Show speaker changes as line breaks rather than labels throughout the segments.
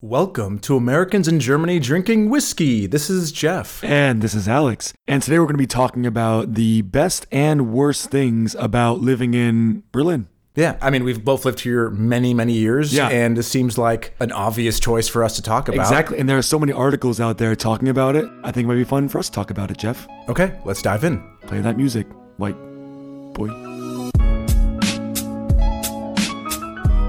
Welcome to Americans in Germany Drinking Whiskey. This is Jeff.
And this is Alex. And today we're going to be talking about the best and worst things about living in Berlin.
Yeah, I mean, we've both lived here many, many years,
Yeah.
and this seems like an obvious choice for us to talk about.
Exactly. And there are so many articles out there talking about it. I think it might be fun for us to talk about it, Jeff.
Okay, let's dive in.
Play that music, white boy.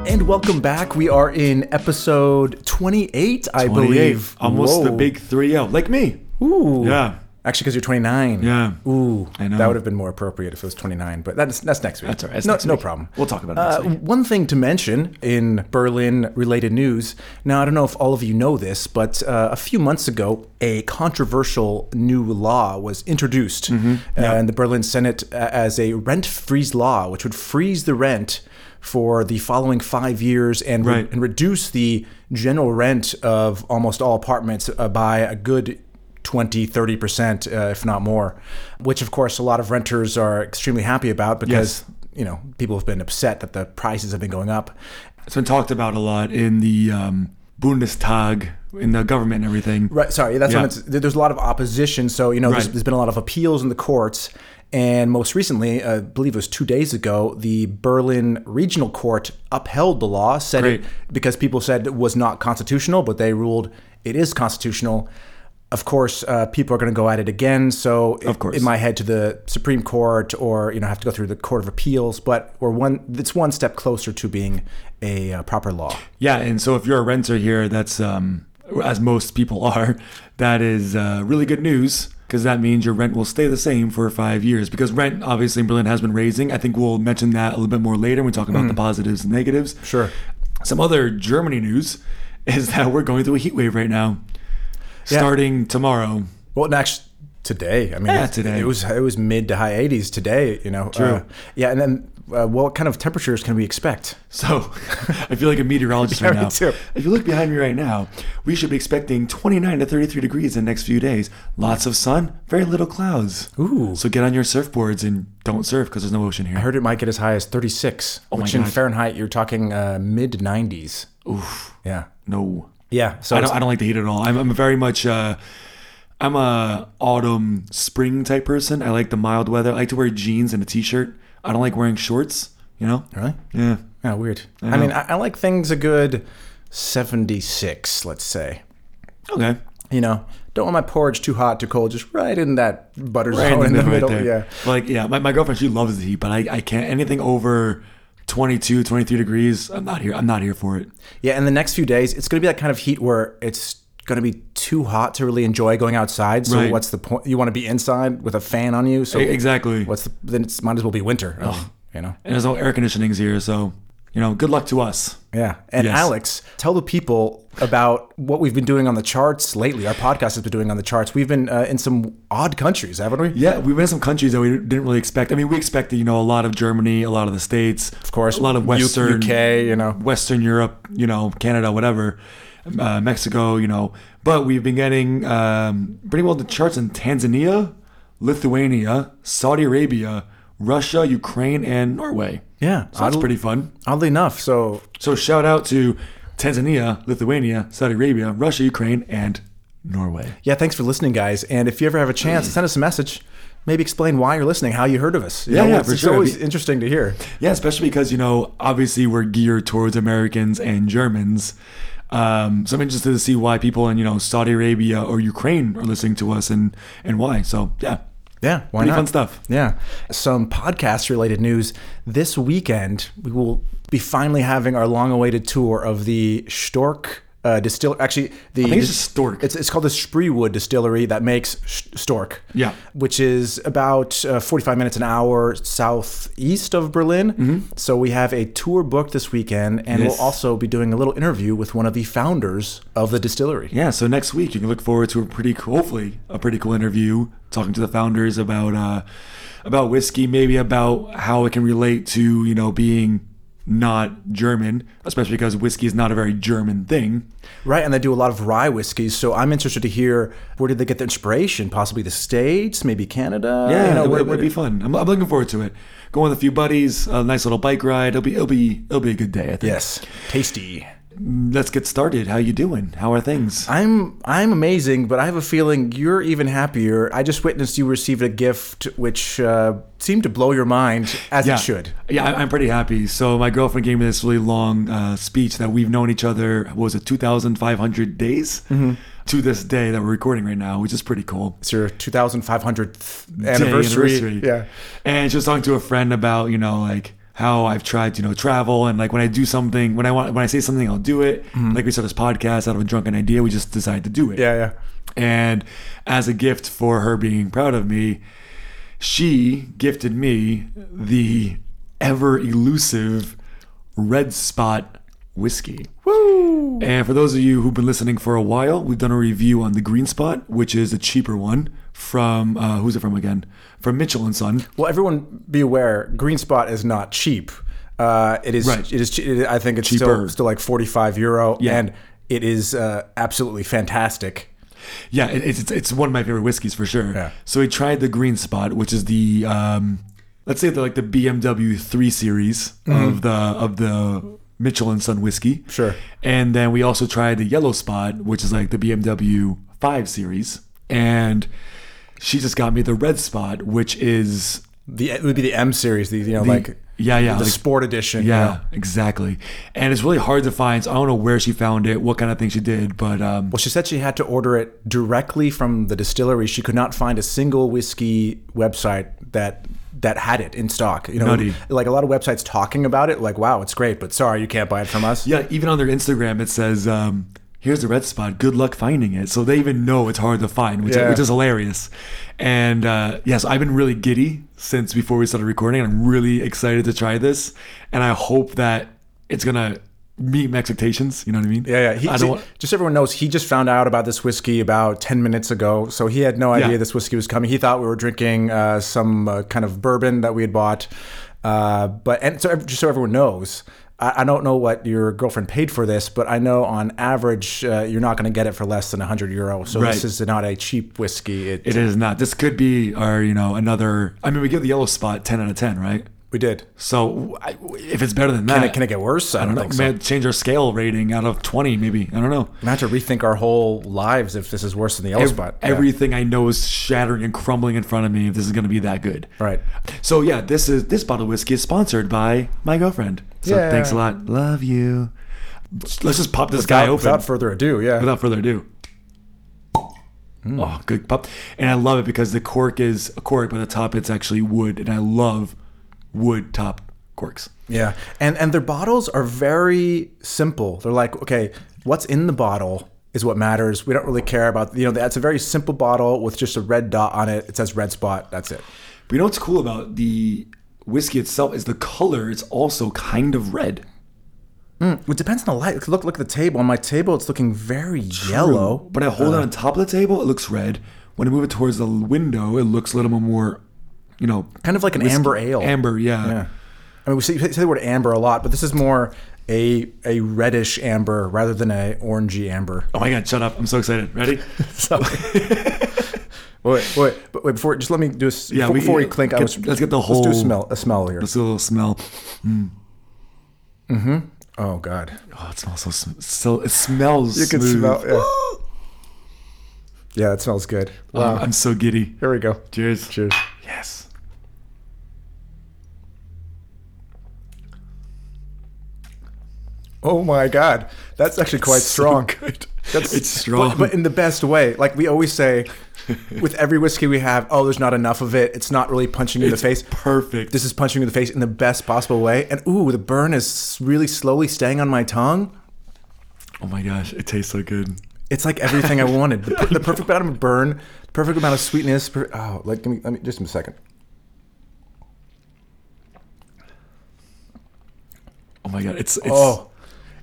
And welcome back. We are in episode 28, I
28,
believe.
Almost the
Whoa.
big 3 0. Like me.
Ooh.
Yeah.
Actually, because you're 29.
Yeah.
Ooh.
I know.
That would have been more appropriate if it was 29, but that's, that's next week.
That's all right. That's
no,
next
no
week.
problem.
We'll talk about it next
Uh, one thing to mention in Berlin related news. Now, I don't know if all of you know this, but uh, a few months ago, a controversial new law was introduced
Mm-hmm.
uh, in the Berlin Senate uh, as a rent freeze law, which would freeze the rent for the following five years and, re-
Right.
and reduce the general rent of almost all apartments uh, by a good 20, 30%, uh, if not more, which of course a lot of renters are extremely happy about because
Yes.
you know, people have been upset that the prices have been going up.
It's been talked about a lot in the um, Bundestag, in the government and everything.
Right. Sorry. That's
Yeah.
when it's, there- there's a lot of opposition. So, you know, there's,
Right.
there's been a lot of appeals in the courts. And most recently, I believe it was two days ago, the Berlin Regional Court upheld the law, said
Great.
it because people said it was not constitutional, but they ruled it is constitutional. Of course, uh, people are going to go at it again. So, it,
Of course.
it might head to the Supreme Court or, you know, have to go through the Court of Appeals. But we're one, it's one step closer to being a uh, proper law.
Yeah, and so if you're a renter here, that's um, as most people are. That is uh, really good news because that means your rent will stay the same for five years. Because rent, obviously, in Berlin has been raising. I think we'll mention that a little bit more later when we talk about the positives and negatives.
Sure.
Some other Germany news is that we're going through a heat wave right now, starting tomorrow.
Well, and actually, today. I mean,
Yeah,
it,
today.
It was it was mid to high 80s today. You know. True. yeah, and then uh, what kind of temperatures can we expect?
So I feel like a meteorologist right
me
now.
too.
If you look behind me right now, we should be expecting 29 to 33 degrees in the next few days. Lots of sun, very little clouds.
Ooh.
So get on your surfboards and don't surf because there's no ocean here.
I heard it might get as high as 36, which in
Oh God.
Fahrenheit you're talking uh, mid 90s.
Oof.
Yeah.
No.
Yeah. So
I don't,
it's-
I don't like the heat at all. I'm, I'm very much. Uh, I'm a autumn spring type person. I like the mild weather. I like to wear jeans and a t-shirt. I don't like wearing shorts. You know?
really?
Yeah.
Yeah. Weird. I mean, I, I like things a good 76, let's say.
Okay.
You know, don't want my porridge too hot, too cold, just right in that butter
Right
zone in the
right
middle.
there.
yeah.
Like, yeah, my, my girlfriend, she loves the heat, but I, I can't. Anything over 22, 23 degrees, I'm not here. I'm not here for it.
Yeah, in the next few days, it's going to be that kind of heat where it's going to be too hot to really enjoy going outside. So
Right.
what's the point? You want to be inside with a fan on you. So
E- Exactly.
what's the? Then it's might as well be winter. I mean, you know.
And there's no air conditionings here, so, you know, good luck to us.
Yeah. And
Yes.
Alex, tell the people about what we've been doing on the charts lately. Our podcast has been doing on the charts. We've been uh, in some odd countries, haven't we?
Yeah, we've been in some countries that we didn't really expect. I mean, we expected, you know, a lot of Germany, a lot of the States, of
course,
a lot of
U-
Western
UK, you know.
uh, Western Europe, you know, Canada, whatever, uh, Mexico, you know. But we've been getting um, pretty well the charts in Tanzania, Lithuania, Saudi Arabia, Russia, Ukraine, and Norway.
Yeah.
So that's
oddly,
pretty fun.
oddly enough. So
So shout out to Tanzania, Lithuania, Saudi Arabia, Russia, Ukraine, and Norway.
yeah, thanks for listening, guys. And if you ever have a
Mm.
chance, send us a message. Maybe explain why you're listening, how you heard of us. You
Yeah, yeah,
it's,
for
it's
sure.
always interesting to hear.
Yeah, especially because you know, obviously we're geared towards Americans and Germans. Um, so I'm interested to see why people in you know Saudi Arabia or Ukraine are listening to us and and why. So yeah,
Yeah, why
pretty
not?
fun stuff.
Yeah. Some podcast related news. This weekend, we will be finally having our long awaited tour of the Stork uh, distill. Actually, the.
think it's just Stork.
It's, it's called the Spreewood Distillery that makes sh- Stork.
Yeah.
Which is about uh, 45 minutes an hour southeast of Berlin. So we have a tour booked this weekend, and
Mm-hmm. Yes.
we'll also be doing a little interview with one of the founders of the distillery.
Yeah, so next week you can look forward to a pretty cool, hopefully a pretty cool interview talking to the founders about uh, about whiskey, maybe about how it can relate to you know being not German, especially because whiskey is not a very German thing.
Right, and they do a lot of rye whiskeys. So I'm interested to hear where did they get the inspiration? Possibly the States, maybe Canada.
Yeah,
you know,
it,
where-
would- it would be fun. I'm, I'm looking forward to it. Going with a few buddies, a nice little bike ride. It'll be it'll be it'll be a good day. I think. Mm,
yes, tasty.
let's get started. How you doing? How are things?
I'm I'm amazing, but I have a feeling you're even happier. I just witnessed you received a gift which uh, seemed to blow your mind, as it should.
Yeah, I- I'm pretty happy. So my girlfriend gave me this really long uh, speech that we've known each other. What was it 2,500 days to this day that we're recording right now, which is pretty cool.
It's your 2,500th
Day,
anniversary. Yeah.
And she was talking to a friend about you know like how I've tried to you know travel and like when I do something when I want when I say something I'll do it. Like we saw this podcast out of a drunken idea, we just decided to do it.
Mm-hmm. Yeah, yeah.
And as a gift for her being proud of me, she gifted me the ever elusive Red Spot whiskey.
Woo!
And for those of you who've been listening for a while, we've done a review on the Green Spot, which is a cheaper one from uh, who's it from again? From Mitchell and Son.
Well, everyone be aware, Green Spot is not cheap. Uh, it is.
Right.
It is. che- It, I think it's
Cheaper.
still still like 45 euro,
Yeah.
and it is uh, absolutely fantastic.
Yeah, it, it's, it's it's one of my favorite whiskeys for sure.
Yeah.
So we tried the Green Spot, which is the um, let's say the like the BMW 3 Series of the of the Mitchell and Son whiskey.
Mm-hmm. Sure.
And then we also tried the Yellow Spot, which is like the BMW 5 Series. And she just got me the Red Spot, which is
The it would be the M series, the you know like
yeah yeah
the
like-
sport edition.
yeah,
you know.
exactly. And it's really hard to find. So I don't know where she found it, what kind of thing she did, but um,
Well, she said she had to order it directly from the distillery. She could not find a single whiskey website that that had it in stock. You know,
Nutty.
like a lot of websites talking about it, like wow, it's great, but sorry, you can't buy it from us.
Yeah, even on their Instagram, it says, um, "Here's the red spot. Good luck finding it." So they even know it's hard to find, which,
Yeah.
which is hilarious. And uh, yes, I've been really giddy since before we started recording. I'm really excited to try this, and I hope that it's gonna meet my expectations. You know what I mean?
Yeah, yeah. He,
I
see,
don't. want-
just so everyone knows, he just found out about this whiskey about 10 minutes ago. So he had no idea
Yeah.
this whiskey was coming. He thought we were drinking uh, some uh, kind of bourbon that we had bought. Uh, but and so ev- just so everyone knows, I, I don't know what your girlfriend paid for this, but I know on average uh, you're not going to get it for less than 100 euro. So
Right.
this is not a cheap whiskey. It,
it is not. This could be our, you know, another. I mean, we give the yellow spot ten out of ten, right?
we did.
So I, if it's better than that,
Can it, can it get worse? I don't,
I
think
don't
so.
know, man, change our scale rating out of twenty, maybe. I don't know.
We have to rethink our whole lives if this is worse than the L spot. Yeah.
Everything I know is shattering and crumbling in front of me if this is going to be that good.
right.
So yeah, this is this bottle of whiskey is sponsored by my girlfriend. So
Yeah.
thanks a lot. Love you. Let's just pop this guy
Without-
open
Without further ado, yeah.
without further ado.
Hmm.
Oh, good pop. And I love it because the cork is a cork, but the top it's actually wood and I love wood top corks.
Yeah, and and their bottles are very simple. They're like, okay, what's in the bottle is what matters. We don't really care about you know. That's a very simple bottle with just a red dot on it. It says red spot. That's it.
But you know what's cool about the whiskey itself is the color, it's also kind of red.
It depends on the light. Look, look at the table. On my table, it's looking very yellow.
But I hold it on top of the table, it looks red. When I move it towards the window, it looks a little bit more, you know,
Kind of like an amber ale.
amber. Yeah.
Yeah. I mean, we say, say the word amber a lot, but this is more a a reddish amber rather than a orangey amber.
Oh my god! Shut up! I'm so excited. Ready?
So. Wait, wait, but wait! Before, just let me do a s-
Yeah,
before,
we-
we, before we clink. I
get-
was,
let's get the
Let's do
whole-
a smell, a smell here.
Just a little smell.
Oh God!
Oh, it smells so. Sm- so it smells.
You can
smooth.
smell. Yeah. yeah, that smells good. Um,
Oh, I'm so giddy.
Here we go.
Cheers.
Cheers.
Yes.
Oh my God, that's actually quite strong.
So good.
That's
it's strong.
but, but in the best way. Like we always say, with every whiskey we have, oh, there's not enough of it. It's not really punching you in the face.
perfect.
This is punching you in the face in the best possible way. And ooh, the burn is really slowly staying on my tongue.
oh my gosh! It tastes so good.
It's like everything I wanted. The, per- the perfect amount of burn, the perfect amount of sweetness. Per- oh, like give me, let me just a second.
Oh my god! It's it's
Oh,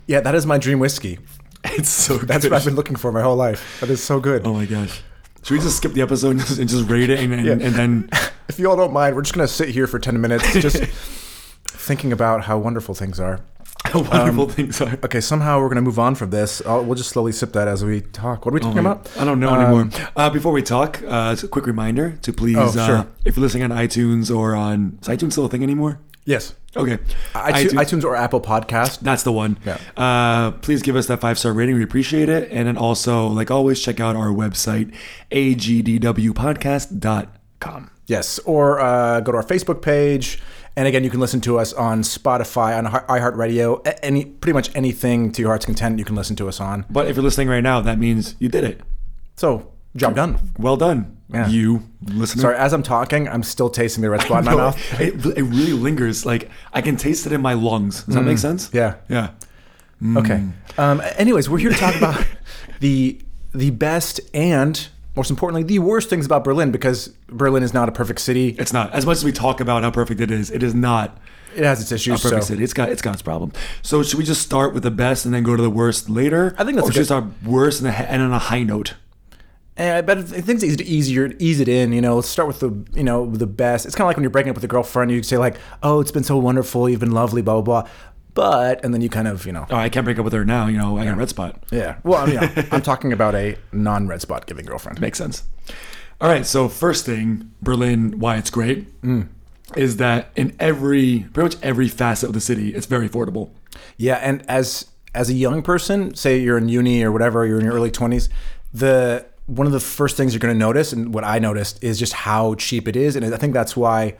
yeah, that is my dream whiskey.
it's so.
That's
good.
what I've been looking for my whole life. That is so good.
Oh my gosh! Should we just skip the episode and just, and just rate it and, and,
Yeah.
and then?
If you all don't mind, we're just going to sit here for 10 minutes just thinking about how wonderful things are.
How wonderful things are.
Okay, somehow we're going to move on from this. i we'll just slowly sip that as we talk. What are we talking about?
I don't know
Um,
anymore. Uh, before we talk, uh, just a quick reminder to please,
Oh,
uh,
sure.
if you're listening on iTunes or on is iTunes still a thing anymore?
Yes.
Okay.
iTunes,
iTunes.
iTunes or Apple Podcast.
That's the one.
Yeah.
Uh, please give us that five star rating. We appreciate it. And then also, like always, check out our website, agdwpodcast.com.
Yes, or uh, go to our Facebook page. And again, you can listen to us on Spotify, on Hi- iHeartRadio, a- any pretty much anything to your heart's content. You can listen to us on.
But if you're listening right now, that means you did it.
So job done.
Well done,
Yeah.
you listener.
Sorry, as I'm talking, I'm still tasting the red spot in my
No,
mouth.
It, it really lingers. Like I can taste it in my lungs. Does that make sense?
Mm. Yeah.
Yeah.
Okay. Um, anyways, we're here to talk about the the best and most importantly the worst things about Berlin because Berlin is not a perfect city.
It's not as much as we talk about how perfect it is. It is not
It has its issues.
perfect
so-
city. It's got it's got its problem. So should we just start with the best and then go to the worst later?
I think that's
or
a
should we
good-
start worst and, a, hi- and on a high note.
And I bet I think it's easy to easier ease it in. You know, let's start with the you know the best. It's kind of like when you're breaking up with a girlfriend, you say like, "Oh, it's been so wonderful. You've been lovely." Blah blah blah. But and then you kind of you know.
Oh, I can't break up with her now. You know, I got a red spot.
Yeah. Well, I mean, yeah, I'm talking about a non-red spot giving girlfriend.
Makes sense. All right. So first thing, Berlin, why it's great,
Mm.
is that in every pretty much every facet of the city, it's very affordable.
Yeah, and as as a young person, say you're in uni or whatever, you're in your early 20s, the one of the first things you're going to notice, and what I noticed, is just how cheap it is, and I think that's why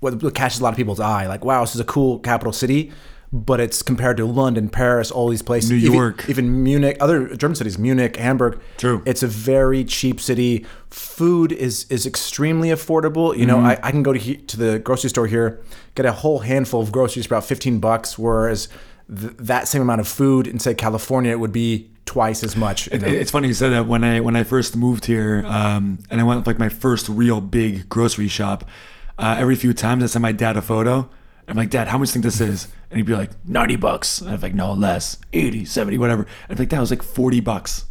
what, what catches a lot of people's eye, like, wow, this is a cool capital city, but it's compared to London, Paris, all these places,
New
even-
York.
even, Munich, other German cities, Munich, Hamburg.
True.
it's a very cheap city. Food is is extremely affordable. You know,
Mm-hmm.
I, I can go to he, to the grocery store here, get a whole handful of groceries for about fifteen bucks, whereas th- that same amount of food in say California it would be twice as much. you know?
It- It's funny you said that when I when I first moved here, um, and I went like my first real big grocery shop. Uh, every few times I sent my dad a photo. I'm like, Dad, how much do you think this is? And he'd be like, 90 bucks. And I'm like, no, less, 80, 70, whatever. And I'm like, that was like 40 bucks.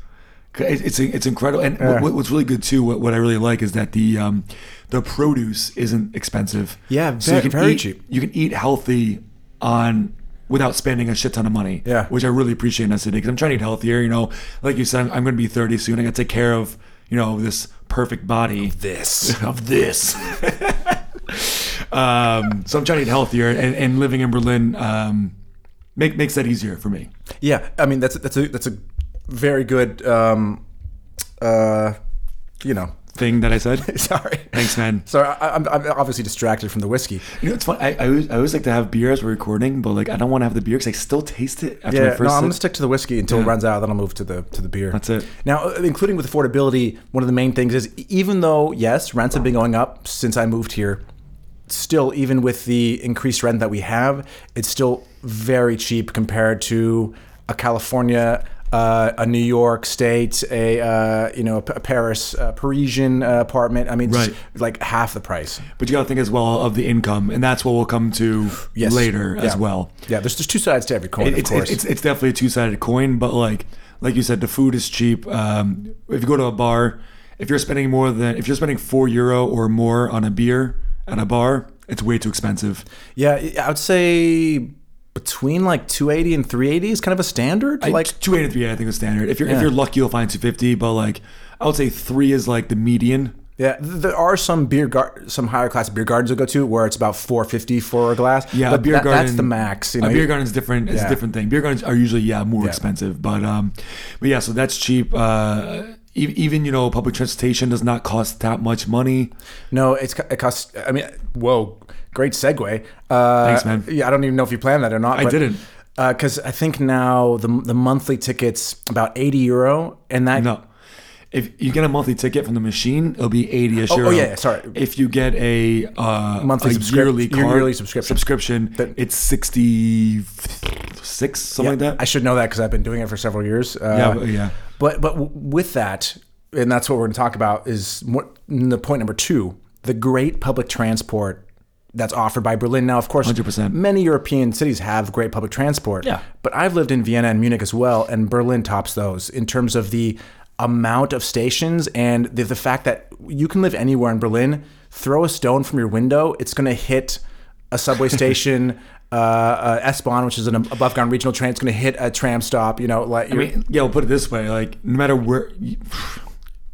'Cause it- It's it's incredible. And what- what, what's really good too, what, what I really like is that the um, the produce isn't expensive.
Yeah, ve- very
eat-
cheap.
You can eat healthy on without spending a shit ton of money
Yeah.
which I really appreciate in that city because I'm trying to get healthier. You know, like you said, I'm, I'm going to be 30 soon. I got to take care of you know this perfect body
this.
of this. um, so I'm trying to get healthier, and, and living in Berlin um, make, makes that easier for me.
Yeah, I mean that's that's a that's a very good um, uh, you know.
Thing that I said.
Sorry.
Thanks, man.
Sorry, I, I'm, I'm obviously distracted from the whiskey.
You know, it's fun. I, I, always, I always like to have beer as we're recording, but like I don't want to have the beer because I still taste it after my
Yeah,
first.
no, I'm
sip.
gonna stick to the whiskey until it runs out. Then I'll move to the to the beer.
That's it.
Now, uh, including with affordability, one of the main things is e- even though yes, rents have been going up since I moved here, still even with the increased rent that we have, it's still very cheap compared to a California. Uh, a New York State, a uh, you know a P- a Paris uh, Parisian uh, apartment. I mean, it's
Right.
like half the price.
But you got to think as well of the income, and that's what we'll come to
Yes.
later as
Yeah.
well.
Yeah, there's there's two sides to every coin,
It-
of
it's,
course.
It's, it's definitely a two sided coin, but like like you said, the food is cheap. Um, if you go to a bar, if you're spending more than if you're spending four euro or more on a beer at a bar, it's way too expensive.
Yeah, I- I would say between like 280 and 380 is kind of a standard. like,
Like two eighty three, I think is standard. If you're if you're lucky, you'll find two fifty. But like I would say three is like the median.
yeah, th- there are some beer gar- some higher class beer gardens I go to where it's about 450 for a glass.
Yeah,
but
a beer
that-
garden.
That's the max. You
a
know,
beer garden is different. It's
Yeah.
a different thing. Beer gardens are usually yeah more expensive, but um, but yeah, so that's cheap. Uh, e- even you know public transportation does not cost that much money.
No, it's co- it costs. I mean, whoa, great segue. Uh,
Thanks, man.
Yeah, I don't even know if you planned that or not.
I didn't.
Because I think now the the monthly tickets about 80 euro, and that
No. If you get a monthly ticket from the machine, it'll be 80 a
oh,
euro.
yeah, sorry.
If you get a uh,
Monthly
a
subscrip-
yearly
year-
card,
yearly subscription.
subscription, it's 66, something like
I
that.
should know that because I've been doing it for several years. Uh,
Yeah, but- yeah.
But but w- with that, and that's what we're going to talk about is what, the point number two: the great public transport that's offered by Berlin. Now, of course,
100%.
many European cities have great public transport.
Yeah.
But I've lived in Vienna and Munich as well, and Berlin tops those in terms of the amount of stations and the, the fact that you can live anywhere in Berlin. Throw a stone from your window, it's going to hit a subway station, uh, uh, S-Bahn, which is an above ground regional train. It's going to hit a tram stop. You know, like
I mean, yeah, we'll put it this way. Like, no matter where,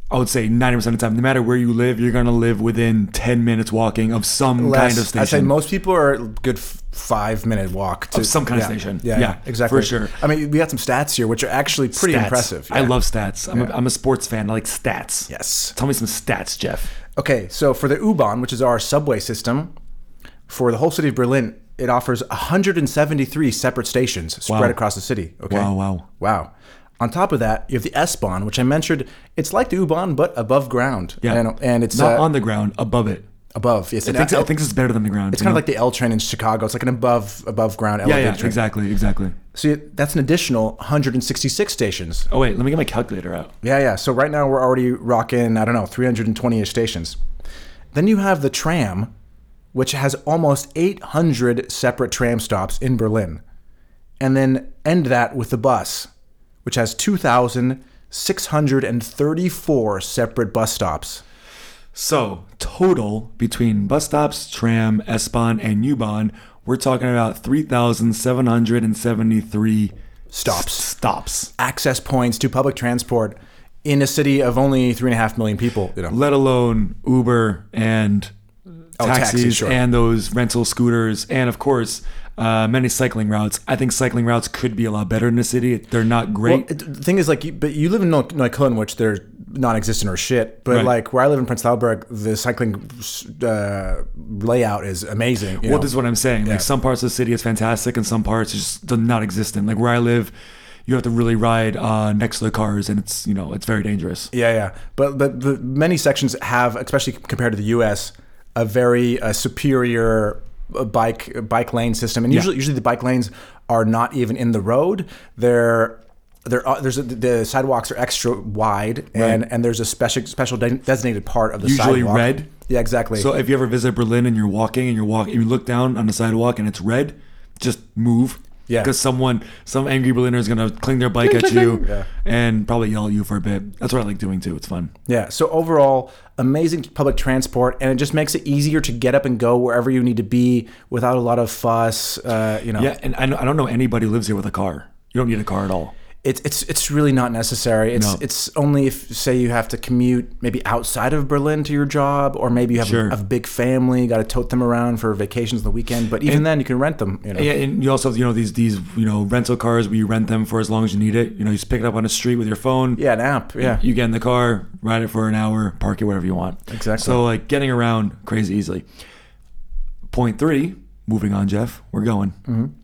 I would say 90% of the time, no matter where you live, you're going to live within 10 minutes walking of some kind of
I say
station.
most people are a good f- five minute walk to
Of some kind of
yeah,
station.
Yeah,
Yeah,
exactly.
for sure.
I mean, we got some stats here, which are actually pretty
Stats.
impressive.
I
Yeah.
love stats. I'm, a, I'm a sports fan. I like stats.
Yes.
Tell me some stats, Jeff.
Okay, so for the U-Bahn, which is our subway system, for the whole city of Berlin, it offers 173 separate stations spread
Wow.
across the city. Okay.
Wow, wow.
Wow. On top of that, you have the S-Bahn, which I mentioned. It's like the U-Bahn, but above ground.
Yeah.
And, and it's
Not
uh,
on the ground, above it.
above. Yes,
I think, I think it's better than the ground.
it's kind of like the L train in Chicago. It's like an above above ground
yeah,
elevated
yeah,
train.
exactly, exactly.
So you- that's an additional 166 stations.
Oh wait, let me get my calculator out.
Yeah, yeah. So right now we're already rocking, I don't know, 320 ish stations. Then you have the tram, which has almost 800 separate tram stops in Berlin. And then end that with the bus, which has 2,634 separate bus stops.
So total between bus stops, tram, S-Bahn, and U-Bahn, we're talking about three thousand seven hundred and seventy-three
Stops.
stops.
Access points to public transport in a city of only 3.5 million people. You know.
Let alone Uber and Oh, taxis,
taxis, sure.
and those rental scooters, and of course. Uh, many cycling routes. I think cycling routes could be a lot better in the city. They're not great.
Well, it- the thing is, like, you, but you live in Neu- Neukölln, which they're non-existent or shit. But
Right.
like where I live in Prince Lauberg, the cycling uh, layout is amazing. you
Well,
know.
this is what I'm saying. Like some parts of the city is fantastic, and some parts is just do not existent. Like where I live, you have to really ride uh, next to the cars, and it's you know it's very dangerous.
yeah, yeah. But but the many sections have, especially compared to the U.S., a very uh, superior uh, bike bike lane system. And usually, usually the bike lanes are not even in the road. They're there are, there's a, the sidewalks are extra wide, and, and there's a special special de- designated part of the
Usually
sidewalk.
red.
Yeah, exactly.
So if you ever visit Berlin and you're walking and you're walking, you look down on the sidewalk and it's red, just move.
Yeah.
Because someone, some angry Berliner is gonna cling their bike at you and probably yell at you for a bit. That's what I like doing too. It's fun.
Yeah. So overall, amazing public transport, and it just makes it easier to get up and go wherever you need to be without a lot of fuss. Uh, you know,
Yeah, and I, don't- I don't know anybody who lives here with a car. You don't need a car at all.
it's it's it's really not necessary. It's
No.
it's only if say you have to commute maybe outside of Berlin to your job, or maybe you have
Sure.
a, a big family, got to tote them around for vacations on the weekend. But even then, you can rent them. You know.
Yeah, and you also have, you know these these you know rental cars where you rent them for as long as you need it. You know, you just pick it up on the street with your phone.
Yeah, an app. Yeah.
You get in the car, ride it for an hour, park it wherever you want.
Exactly.
So like getting around crazy easily. Point three, moving on, Jeff. We're going.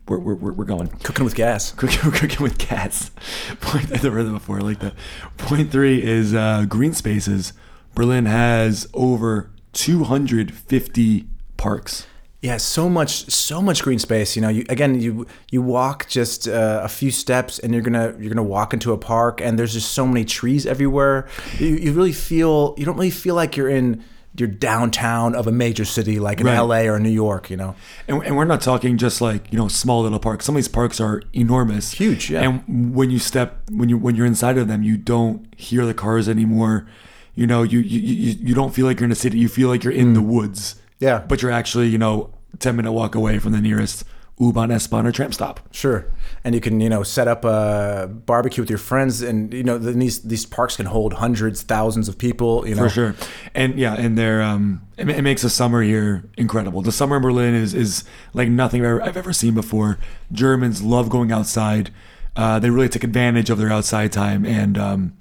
We're, we're, we're, we're going.
Cooking with gas.
Cooking, we're cooking with cats. Point, I've never heard that before. I like that. Point three is uh, green spaces. Berlin has over 250 parks.
Yeah, so much, so much green space. You know, you again, you you walk just uh, a few steps, and you're gonna you're gonna walk into a park, and there's just so many trees everywhere. You, you really feel you don't really feel like you're in your downtown of a major city like in
Right.
L.A. or New York. You know,
And, and we're not talking just like you know small little parks. Some of these parks are enormous,
Huge, yeah.
And when you step when you when you're inside of them, you don't hear the cars anymore. You know, you you you, you don't feel like you're in a city. You feel like you're in the woods.
Yeah.
but you're actually you know ten minute walk away from the nearest U-Bahn, S-Bahn, or tram stop.
sure. And you can you know set up a barbecue with your friends, and you know then these these parks can hold hundreds, thousands of people. You know,
For sure, and yeah, and they're um, it, ma- it makes the summer here incredible. The summer in Berlin is is like nothing I've ever, I've ever seen before. Germans love going outside. Uh, they really take advantage of their outside time, and um,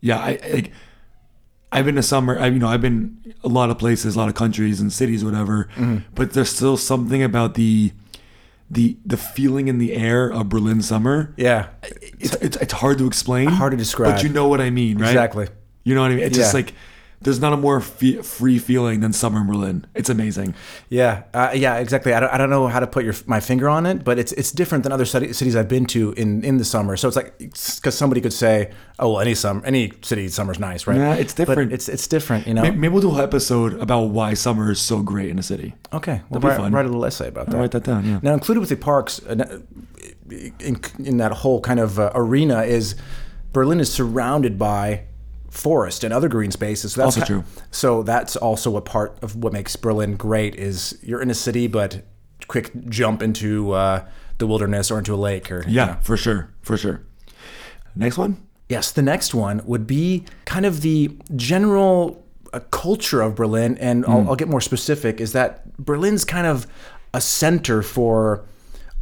yeah, I, I like. I've been to summer. I, you know, I've been a lot of places, a lot of countries and cities, whatever. But there's still something about the, the the feeling in the air of Berlin summer.
Yeah,
It's, it's, it's hard to explain,
Hard to describe.
But you know what I mean, right?
exactly.
You know what I mean? It's just
Yeah.
like there's not a more fe- free feeling than summer in Berlin. It's amazing.
Yeah, uh, yeah, exactly. I don't, I don't know how to put your my finger on it, but it's it's different than other city, cities I've been to in, in the summer. So it's like because somebody could say, oh, well, any summer, any city summer's nice, right?
Yeah, it's different.
But it's it's different, you know.
May- Maybe we'll do a whole episode about why summer is so great in a city.
okay, we'll
be
write,
fun.
write a little essay about that.
Write that down. Yeah.
Now, included with the parks uh, in, in that whole kind of uh, arena is Berlin is surrounded by forest and other green spaces. So that's
Also
ki-
true.
So that's also a part of what makes Berlin great is you're in a city, but quick jump into uh, the wilderness or into a lake or you
Yeah,
know.
for sure. For sure. Next one.
Yes, the next one would be kind of the general uh, culture of Berlin, and I'll, I'll get more specific, is that Berlin's kind of a center for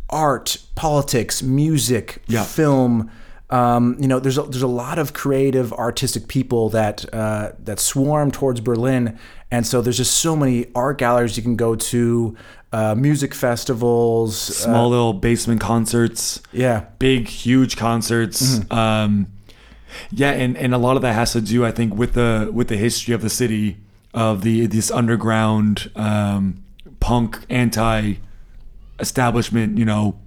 art, politics, music,
Yeah.
film. Um, you know, there's a, there's a lot of creative, artistic people that uh, that swarm towards Berlin, and so there's just so many art galleries you can go to, uh, music festivals. uh,
Small little basement concerts.
yeah, Mm-hmm.
big, huge concerts. Um, yeah, and, and a lot of that has to do, I think, with the with the history of the city of the this underground um, punk anti establishment, you know,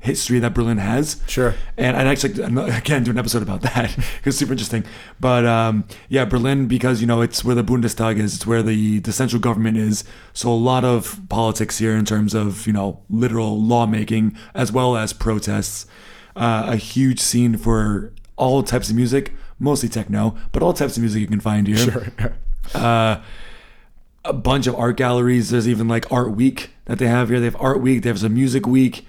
history that Berlin has.
Sure.
And I'd actually again do an episode about that because super interesting. But um, yeah, Berlin because you know it's where the Bundestag is, it's where the the central government is. So a lot of politics here in terms of you know literal lawmaking as well as protests. Uh, a huge scene for all types of music, mostly techno, but all types of music you can find here. Sure a bunch of art galleries. There's even like Art Week that they have here. They have Art Week. They have some Music Week.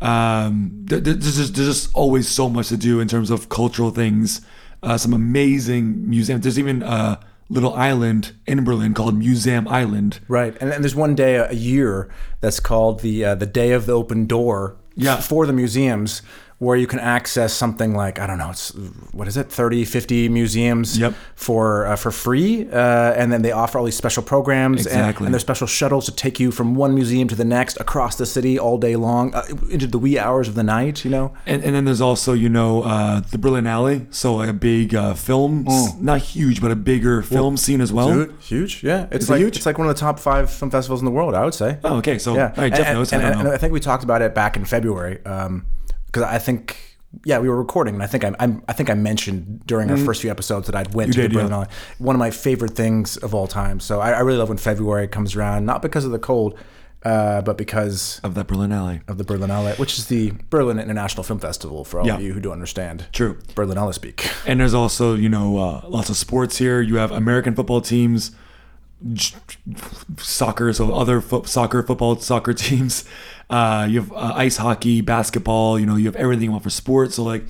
Um, there- there- there's, just, there's just always so much to do in terms of cultural things. Uh, some amazing museums. There's even a little island in Berlin called Museum Island.
Right, and, and there's one day a year that's called the uh, the Day of the Open Door.
Yeah.
for the museums where you can access something like I don't know, it's what is it, 30, 50 museums
Yep.
for uh, for free, uh, and then they offer all these special programs and-
Exactly.
and, there's special shuttles to take you from one museum to the next across the city all day long uh, into the wee hours of the night. You know,
And, and then there's also, you know, uh, the Berlinale. So a big uh, film, s-
Hmm.
not huge, but a bigger film scene as well.
huge, yeah, it's
it
like
huge?
it's like one of the top five film festivals in the world, I would say.
Oh, okay. So,
Yeah,
all right, Jeff
and,
knows.
and-
I don't
and
know.
I think we talked about it back in February because I think yeah we were recording and I think I, I'm, I think I mentioned during our first few episodes that I'd went to
Mm-hmm. did,
the
yeah.
Berlinale, one of my favorite things of all time. So I, I really love when February comes around, not because of the cold, uh, but because
Of that Berlinale.
of the Berlinale, which is the Berlin International Film Festival for all
Yeah.
of you who don't understand
True.
Berlinale speak.
And there's also, you know, uh, lots of sports here. You have American football teams, j- soccer, so other fo- soccer, football, soccer teams. Uh, you have uh, ice hockey, basketball. You know, you have everything you want for sports. So, like,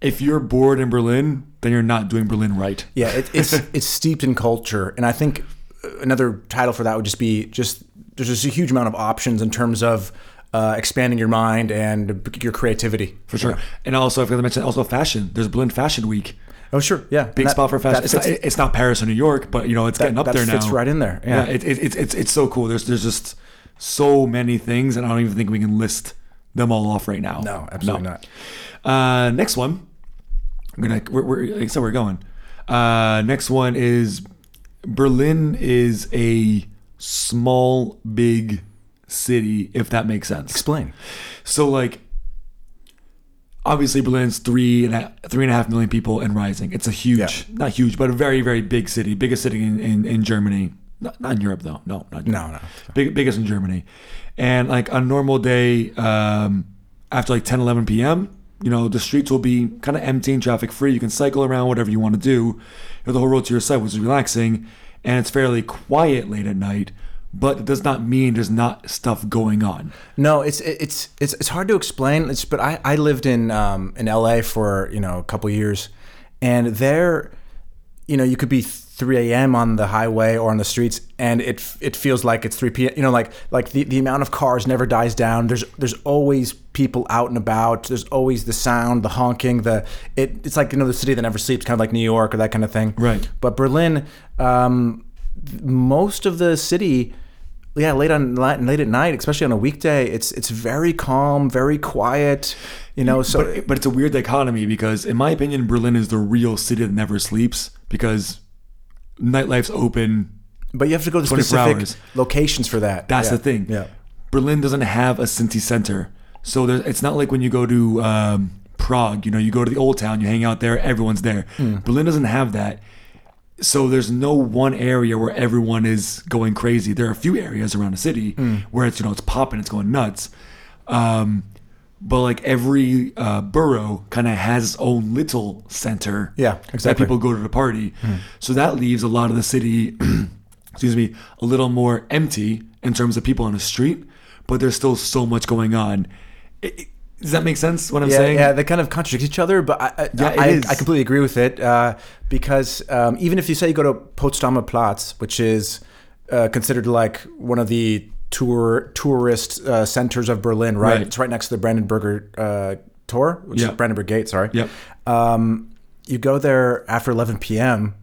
if you're bored in Berlin, then you're not doing Berlin right.
Yeah, it, it's it's steeped in culture, and I think uh, another title for that would just be just there's just a huge amount of options in terms of uh, expanding your mind and b- your creativity.
For sure. And also, I forgot to mention, also fashion. There's Berlin Fashion Week.
Oh sure, yeah,
Big spot for fashion. it's, not, it's not Paris or New York, but, you know, it's getting up
that
there now.
fits right in there.
Yeah,
Yeah.
it, it, it's it's it's so cool. There's there's just so many things, and I don't even think we can list them all off right now.
no, absolutely
No.
not.
Uh, next one, I'm gonna we're, we're like I said, we're going. Uh, next one is Berlin is a small big city, if that makes sense.
Explain.
So like, obviously Berlin's three and a, three and a half million people and rising. It's a huge,
Yeah.
not huge, but a very very big city, biggest city in in, in Germany. Not, not in Europe though. No, not
No, no.
Big, biggest in Germany. And like a normal day um, after like 10, 11 p.m., you know, the streets will be kind of empty and traffic free. You can cycle around, whatever you want to do. You know, the whole road to your site was relaxing and it's fairly quiet late at night, but it does not mean there's not stuff going on.
No, it's it's it's it's hard to explain. It's but I I lived in um in LA for you know a couple years, and there, you know, you could be 3 a.m. on the highway or on the streets, and it f- it feels like it's 3 p.m. You know, like like the, the amount of cars never dies down. There's there's always people out and about. There's always the sound, the honking, the it it's like you know the city that never sleeps, kind of like New York or that kind of thing.
Right.
But Berlin, um, most of the city, yeah, late on late, late at night, especially on a weekday, it's it's very calm, very quiet. You know, so
But, but it's a weird dichotomy because, in my opinion, Berlin is the real city that never sleeps because nightlife's open.
but you have to go to
24
specific
hours.
locations for that.
That's
Yeah.
the thing.
Yeah.
Berlin doesn't have a city center, so there, it's not like when you go to um, Prague. You know, you go to the old town, you hang out there, everyone's there.
Hmm.
Berlin doesn't have that, so there's no one area where everyone is going crazy. There are a few areas around the city
Hmm.
where it's you know it's popping, it's going nuts. Um, but like every uh, borough kind of has its own little center
Yeah,
that
exactly.
people go to the party. So that leaves a lot of the city, excuse me, a little more empty in terms of people on the street, but there's still so much going on. It, it- Does that make sense? What I'm
yeah,
saying?
yeah, they kind of contradict each other, but I I,
Yeah, it
I,
is.
I completely agree with it uh, because um, even if you say you go to Potsdamer Platz, which is uh, considered like one of the tour tourist uh, centers of Berlin, right?
Right.
It's right next to the Brandenburger uh, Tor, which
Yeah.
is Brandenburg Gate. Sorry.
Yep.
Um, you go there after 11 p.m.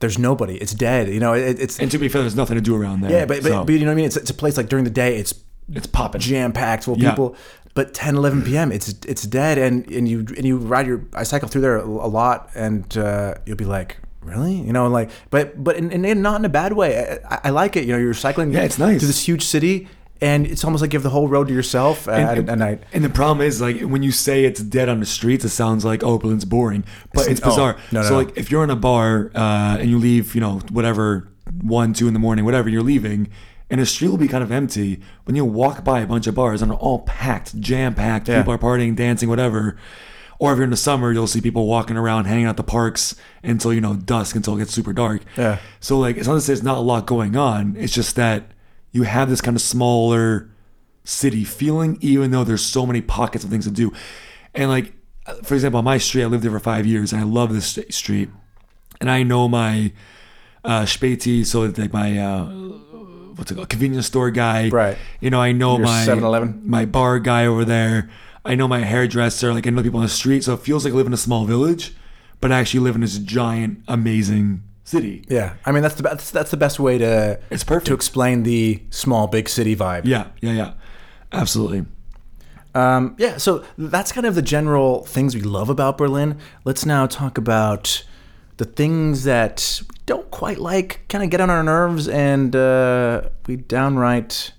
There's nobody. It's dead. You know, it, it's
And to be fair, there's nothing to do around there.
yeah, but, but,
so
but you know what I mean. It's, it's a place like during the day. It's
it's popping.
jam packed full of
Yeah.
people. But 10, 11 p.m. It's it's dead, and, and you and you ride your. I cycle through there a a lot, and uh, you'll be like, really, you know, like, but but in, in, in- not in a bad way. I, I- I like it. You know, you're cycling.
Yeah, it's nice.
through this huge city, and it's almost like you have the whole road to yourself at, at night.
And the problem is, like, when you say it's dead on the streets, it sounds like oh, Berlin's boring, but it's,
It's- oh,
bizarre.
no, no,
so,
no.
like, if you're in a bar uh, and you leave, you know, whatever one, two in the morning, whatever you're leaving, and the street will be kind of empty. When you walk by a bunch of bars and they're all packed, jam packed, people are partying, dancing, whatever. Or if you're in the summer, you'll see people walking around, hanging out at the parks until you know dusk, until it gets super dark.
Yeah.
So like, it's not to say there's not a lot going on. It's just that you have this kind of smaller city feeling, even though there's so many pockets of things to do. And like, for example, on my street, I lived there for five years, and I love this st- street, and I know my uh, Späti, so it's like my uh, what's it called, convenience store guy,
Right.
You know, I know
Your
my
7-Eleven.
my bar guy over there. I know my hairdresser. Like I know people on the street, so it feels like I live in a small village, but I actually live in this giant, amazing city.
Yeah, I mean that's the best. That's the best way to
It's perfect.
to explain the small big city vibe.
Yeah, yeah, yeah. Absolutely.
Um, yeah, so that's kind of the general things we love about Berlin. Let's now talk about the things that we don't quite like, kind of get on our nerves, and uh, we downright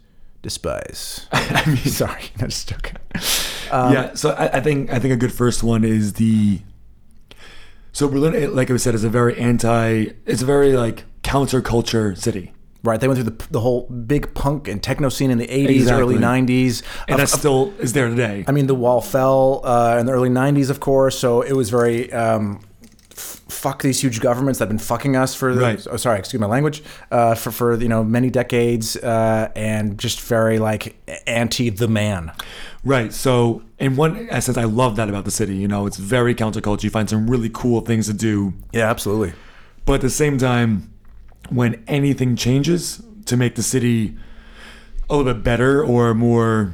despise. I mean, sorry, I'm just joking. Um,
yeah. So I, I think I think a good first one is the. So Berlin, eh, like I said, is a very anti. It's a very like counterculture city,
Right, they went through the, the whole big punk and techno scene in the 80s, early
Exactly.
90s.
and that still is there today.
I mean, the wall fell uh, in the early '90s, of course. So it was very um, f- fuck these huge governments that've been fucking us for.
Right.
Oh, sorry, excuse my language. Uh, for for you know many decades, uh, and just very like anti the man.
Right. So, in one essence, I love that about the city. You know, it's very counterculture. You find some really cool things to do.
Yeah, absolutely.
But at the same time, when anything changes to make the city a little bit better or more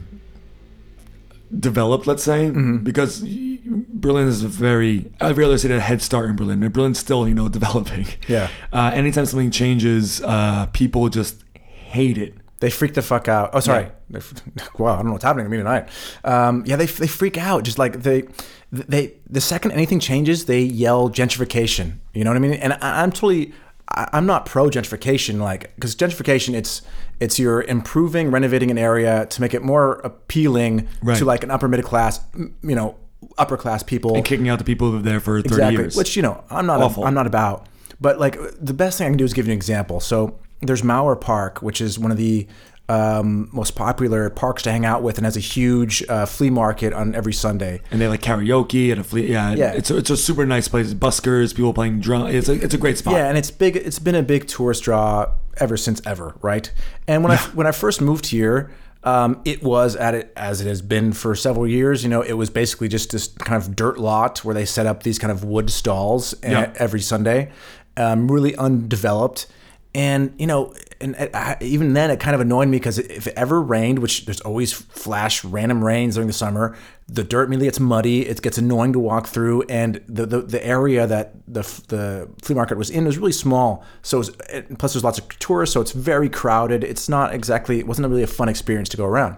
developed, let's say,
Mm-hmm.
because Berlin is a very, every other city had a head start in Berlin, and Berlin's still, you know, developing.
Yeah.
Uh, anytime something changes, uh, people just hate it.
They freak the fuck out. Oh, sorry.
Yeah.
They f- Wow, I don't know what's happening to me tonight. Um, yeah, they, they freak out. Just like they, they, the second anything changes, they yell gentrification. You know what I mean? And I, I'm totally, I, I'm not pro gentrification. Like, because gentrification, it's, it's you're improving, renovating an area to make it more appealing
Right.
to like an upper middle class, m- you know, upper class people.
And kicking out the people who live there for 30
Exactly.
years.
Which you know, I'm not.
Awful.
I'm not about. But like the best thing I can do is give you an example. So there's Mauer Park, which is one of the um, most popular parks to hang out with, and has a huge uh, flea market on every Sunday.
and they like karaoke and a flea. Yeah,
Yeah.
It's a, it's a super nice place. Buskers, people playing drum. It's a it's a great spot.
Yeah, and it's big. It's been a big tourist draw ever since ever, right? And when I when I first moved here, um, it was at it as it has been for several years. You know, it was basically just this kind of dirt lot where they set up these kind of wood stalls e-
Yeah.
every Sunday, um, really undeveloped. And you know, and I- I, even then, it kind of annoyed me because if it ever rained, which there's always flash random rains during the summer, the dirt immediately gets muddy. It gets annoying to walk through, and the the, the area that the f- the flea market was in was really small. So it was, and plus, there's lots of tourists, so it's very crowded. It's not exactly it wasn't really a fun experience to go around.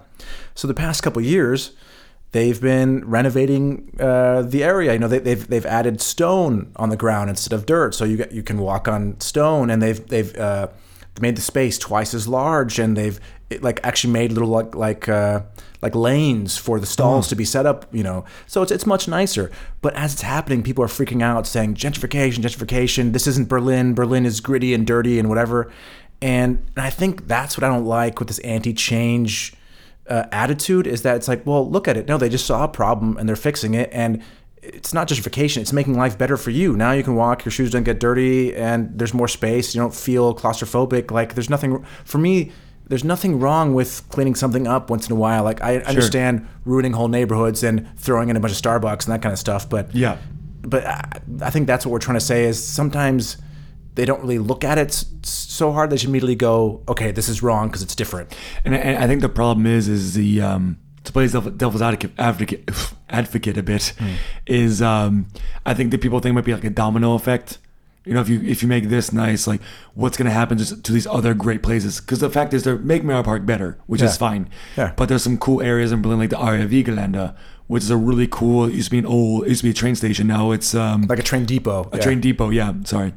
So the past couple years, They've been renovating uh, the area. You know, they, they've they've added stone on the ground instead of dirt, so you get, you can walk on stone. And they've they've uh, made the space twice as large, and they've it, like actually made little like like uh, like lanes for the stalls to be set up. You know, so it's it's much nicer. But as it's happening, people are freaking out, saying gentrification, gentrification. This isn't Berlin. Berlin is gritty and dirty and whatever. And, and I think that's what I don't like with this anti-change uh, attitude is that it's like, well, look at it. No, they just saw a problem and they're fixing it. And it's not justification, it's making life better for you. Now you can walk, your shoes don't get dirty, and there's more space. You don't feel claustrophobic. Like, there's nothing for me. there's nothing wrong with cleaning something up once in a while. Like I understand ruining whole neighborhoods and throwing in a bunch of Starbucks and that kind of stuff, but
Yeah.
but I, I think that's what we're trying to say is sometimes they don't really look at it s- so hard. They should immediately go, okay, this is wrong because it's different.
And I, and I think the problem is, is the um, to play devil- devil's advocate, advocate, advocate a bit,
Hmm.
is um, I think that people think it might be like a domino effect. You know, if you if you make this nice, like what's going to happen just to these other great places? Because the fact is, they're making Mara Park better, which is
Yeah.
fine.
Yeah.
But there's some cool areas in Berlin, like the Aria Vigelanda, which is a really cool. It used to be an old, it used to be a train station. Now it's um,
Like a train depot.
a train depot yeah sorry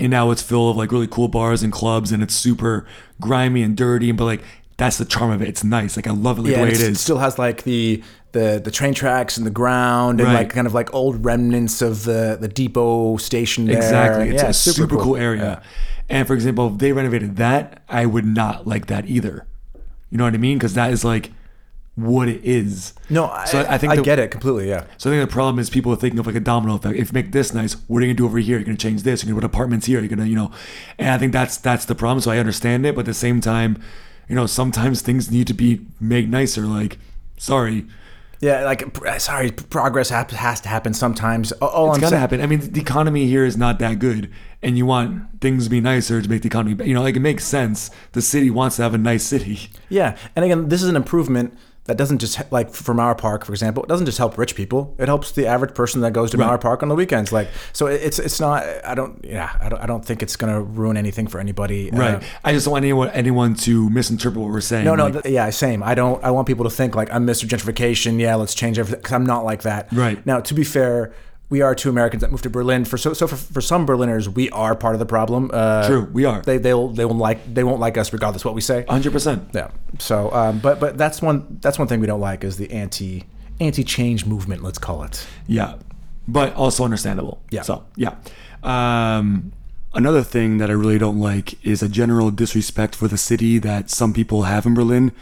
and now it's full of like really cool bars and clubs and it's super grimy and dirty and but like that's the charm of it it's nice like i love it like,
Yeah,
the way
and
it
it's-
is
still has like the the the train tracks and the ground and
Right.
like kind of like old remnants of the the depot station. There.
exactly it's
yeah,
a super, cool, area and for example if they renovated that i would not like that either you know what i mean because that is like what it is
No, I,
So I
I
think
think I
the-
get it completely. Yeah,
So I think the problem is people are thinking of like a domino effect. If you make this nice, what are you gonna do over here? You're gonna change this. You're gonna put apartments here. You're gonna, you know, and I think that's that's the problem. So I understand it, but at the same time, you know, sometimes things need to be made nicer. Like, sorry,
yeah. Like, pr- sorry, p- progress hap- has to happen sometimes. A- All
it's
I'm
gotta
saying,
happen. I mean, the economy here is not that good, and you want things to be nicer to make the economy. be- You know, like it makes sense. The city wants to have a nice city.
yeah. And again, this is an improvement that doesn't just he- like from our park, for example, it doesn't just help rich people. It helps the average person that goes to Mauer Park on the weekends. Like, so it- it's it's not. I don't. Yeah, I don't. I don't think it's gonna ruin anything for anybody. uh,
Right. I just don't want anyone anyone to misinterpret what we're saying.
Oh, No, no,
Like,
th- yeah, same. I don't. I want people to think like I'm Mr. Gentrification. Yeah, let's change everything. Because I'm not like that.
Right.
Now, to be fair, we are two Americans that moved to Berlin. For so, so for, for some Berliners, we are part of the problem. Uh,
True, we are. Uh.
They they'll they won't like they won't like us regardless what we say.
100%.
yeah. So, um, but but that's one that's one thing we don't like is the anti anti change movement. Let's call it.
Yeah, but also understandable.
Yeah.
So yeah. Um, another thing that I really don't like is a general disrespect for the city that some people have in Berlin.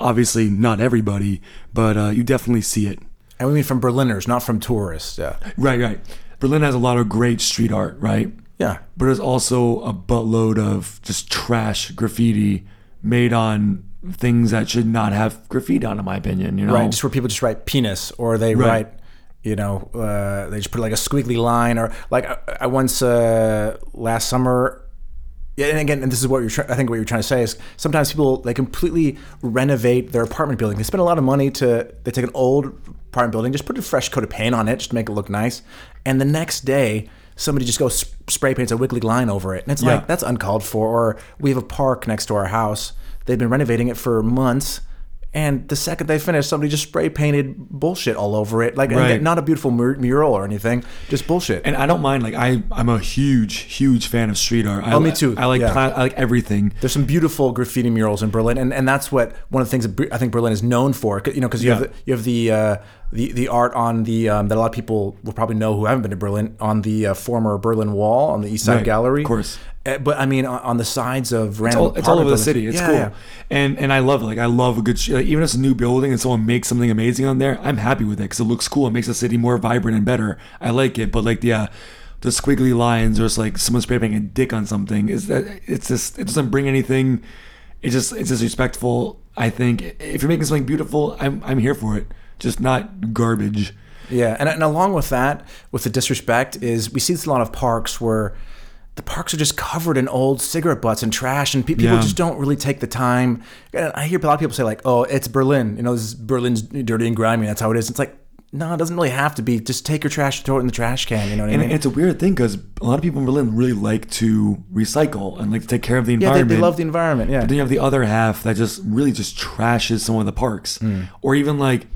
Obviously, not everybody, but uh, you definitely see it.
And we mean from Berliners, not from tourists. Yeah.
Right, right. Berlin has a lot of great street art, right?
Yeah.
But there's also a buttload of just trash graffiti made on things that should not have graffiti on, in my opinion. You know,
right? Just where people just write penis or they write, you know, uh, they just put like a squiggly line or like I, I once uh, last summer. Yeah, and again, and this is what you're. Try- I think what you're trying to say is sometimes people they completely renovate their apartment building. They spend a lot of money to. They take an old apartment building, just put a fresh coat of paint on it, just to make it look nice, and the next day somebody just goes sp- spray paints a wiggly line over it, and it's
Yeah.
like that's uncalled for. Or we have a park next to our house. They've been renovating it for months, and the second they finished, somebody just spray painted bullshit all over it. Like, and
Right.
not a beautiful mur- mural or anything, just bullshit.
and I don't mind. Like I, I'm a huge, huge fan of street art. Oh,
me too.
I like,
Yeah.
pla- I like everything.
There's some beautiful graffiti murals in Berlin, and, and that's what one of the things that Ber- I think Berlin is known for. 'cause, You know, because you
Yeah.
have the, you have the uh, the the art on the um, that a lot of people will probably know who haven't been to Berlin on the uh, former Berlin Wall on the East Side
Right,
Gallery,
of course.
Uh, but I mean, on, on the sides of
It's
random.
all, it's all over
apartment buildings.
the city. It's
Yeah,
cool,
yeah.
and and I love it. Like I love a good sh- like, even if it's a new building and someone makes something amazing on there. I'm happy with it because it looks cool. It makes the city more vibrant and better. I like it, but like the uh, the squiggly lines or it's like someone spray painting a dick on something is that it's just it doesn't bring anything. It's just it's disrespectful. I think if you're making something beautiful, I'm I'm here for it. Just not garbage.
Yeah, and, and along with that, with the disrespect, is we see this in a lot of parks where the parks are just covered in old cigarette butts and trash, and pe- people
Yeah.
just don't really take the time. And I hear a lot of people say like, "Oh, it's Berlin. You know, this is Berlin's dirty and grimy. That's how it is." It's like, no, it doesn't really have to be. Just take your trash, throw it in the trash can. You know what I
And
mean?
it's a weird thing because a lot of people in Berlin really like to recycle and like to take care of the
yeah, they,
environment.
they love the environment. Yeah,
But then you have the other half that just really just trashes some of the parks. Or even like,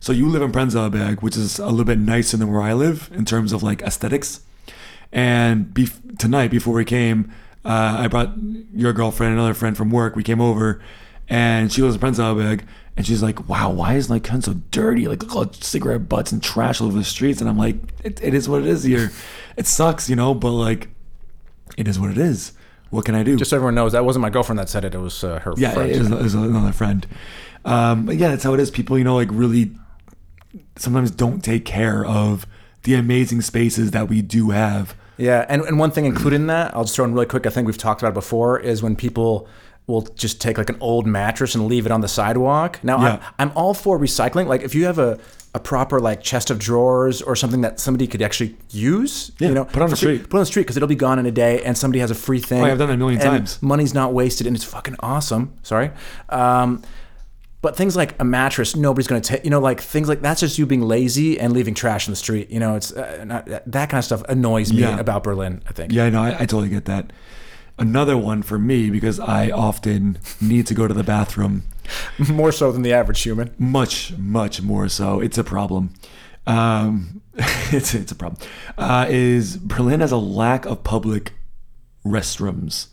so you live in Prenzlberg, which is a little bit nicer than where I live in terms of like aesthetics. And bef- tonight, before we came, uh, I brought your girlfriend, and another friend from work. We came over, and she lives in Prenzlberg, and she's like, "Wow, why is like Kent so dirty? Like look, all cigarette butts and trash all over the streets." And I'm like, it, "It is what it is here. It sucks, you know, but like, it is what it is. What can I do?"
just so everyone knows, that wasn't my girlfriend that said it. It was uh, her
Yeah,
friend.
it was, it was another friend. Um, but yeah, that's how it is. People, you know, like really sometimes don't take care of the amazing spaces that we do have.
Yeah, and, and one thing included in that, I'll just throw in really quick, I think we've talked about it before, is when people will just take like an old mattress and leave it on the sidewalk. Now,
Yeah.
I'm, I'm all for recycling. Like, if you have a, a proper like chest of drawers or something that somebody could actually use,
Yeah,
you know,
put it on the
for free-
street.
Put it on the street because it'll be gone in a day, and somebody has a free thing.
Oh, I've done that a million
and
times.
Money's not wasted, and it's fucking awesome. Sorry. Um, but things like a mattress, nobody's going to take. You know, like things like that's just you being lazy and leaving trash in the street. You know, it's uh, not, that that kind of stuff annoys me
Yeah.
about Berlin. I think.
Yeah, no, I, I totally get that. Another one for me because I often need to go to the bathroom
More so than the average human.
much, much more so. It's a problem. Um, it's it's a problem. Uh, is Berlin has a lack of public restrooms.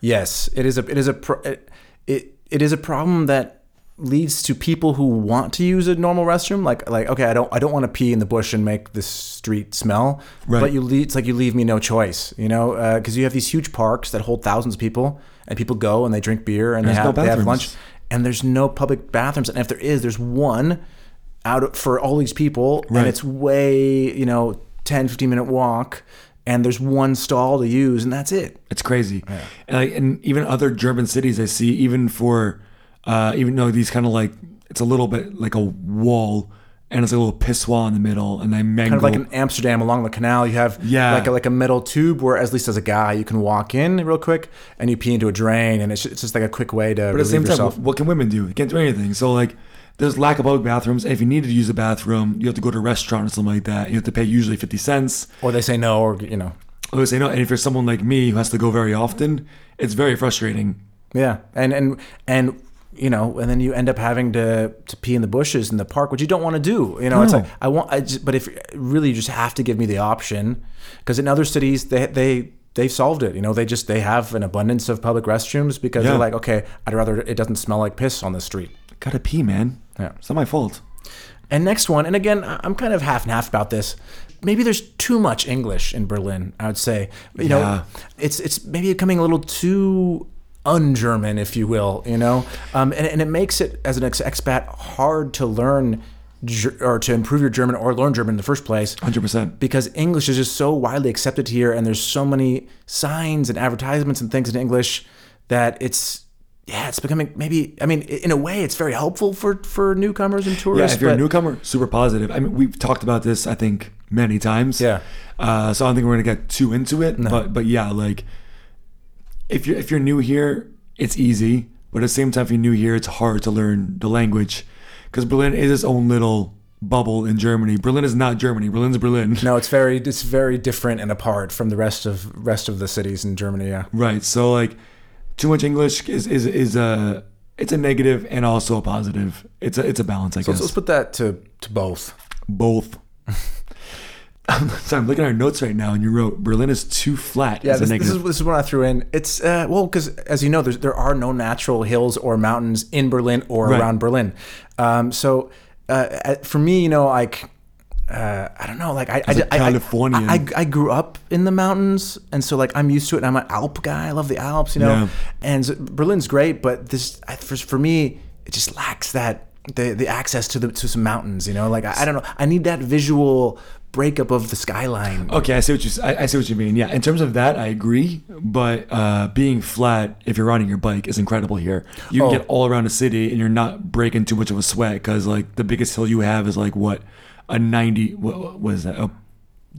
Yes, it is a it is a pro- it, it it is a problem that leads to people who want to use a normal restroom like like okay I don't I don't want to pee in the bush and make the street smell
Right.
but you leave, it's like you leave me no choice you know because you have these huge parks that hold thousands of people and people go and they drink beer and
There's
they
no
have, they have
bathrooms.
lunch and there's no public bathrooms and if there is there's one out for all these people
Right.
and it's way you know 10 15 minute walk and there's one stall to use and that's it
It's crazy. And, like, and even other German cities, I see, even for, uh, even though these kind of like, it's a little bit like a wall and it's a little pissoir in the middle and they mangle.
kind of like in Amsterdam along the canal, you have
Yeah.
like a, like a metal tube where, at least as a guy, you can walk in real quick and you pee into a drain, and it's just, it's just like a quick way to
But at the
relieve
same time,
yourself.
what, what can women do? They can't do anything. So like, there's lack of public bathrooms. And if you needed to use a bathroom, you have to go to a restaurant or something like that. You have to pay usually fifty cents.
or they say no, or you know,
I would say no. And if you're someone like me who has to go very often, it's very frustrating.
yeah, and and and you know, and then you end up having to to pee in the bushes in the park, which you don't want to do. You know, it's
No.
like I want, I just, but if really you just have to give me the option, because in other cities they they. They've solved it, you know. They just they have an abundance of public restrooms because
Yeah.
they're like, okay, I'd rather it doesn't smell like piss on the street.
Gotta pee, man.
Yeah.
It's not my fault.
And next one, and again, I- I'm kind of half and half about this. Maybe there's too much English in Berlin. I would say, you
Yeah.
know, it's it's maybe becoming a little too un-German, if you will. You know, um, and and it makes it as an ex- expat hard to learn Ger- or to improve your German or learn German in the first place
Hundred percent.
because English is just so widely accepted here, and there's so many signs and advertisements and things in English that it's yeah, it's becoming maybe. I mean, i- in a way, it's very helpful for for newcomers and
Yeah,
tourists.
if you're a
but-
newcomer, super positive. I mean, we've talked about this, I think, many times.
Yeah.
Uh, so I don't think we're gonna get too into it. But but yeah, like if you're if you're new here, it's easy. But at the same time, if you're new here, it's hard to learn the language because Berlin is its own little bubble in Germany. Berlin is not Germany. Berlin's Berlin.
No, it's very it's very different and apart from the rest of rest of the cities in Germany. Yeah,
Right. So like too much English is is is a it's a negative and also a positive. It's a it's a balance, I
let's,
guess.
let's put that to to both.
both. so I'm looking at our notes right now, and you wrote Berlin is too flat.
Yeah,
as
this,
a
this
negative.
is this is what I threw in. It's uh, well because as you know, there's, there are no natural hills or mountains in Berlin or
Right.
around Berlin. Um, so uh, uh, for me, you know, like. Uh, I don't know. Like I, I,
a
I- I-
Californian.
I, I grew up in the mountains, and so like I'm used to it. And I'm an Alp guy. I love the Alps, you know.
Yeah.
And so Berlin's great, but this I, for, for me, it just lacks that the, the access to the to some mountains, you know. Like I, I don't know. I need that visual breakup of the skyline.
Okay, I see what you s- I, I see what you mean. Yeah, in terms of that, I agree. But uh, being flat, if you're riding your bike, is incredible here. You
Oh.
can get all around the city, and you're not breaking too much of a sweat because like the biggest hill you have is like what a ninety. What, what was that? A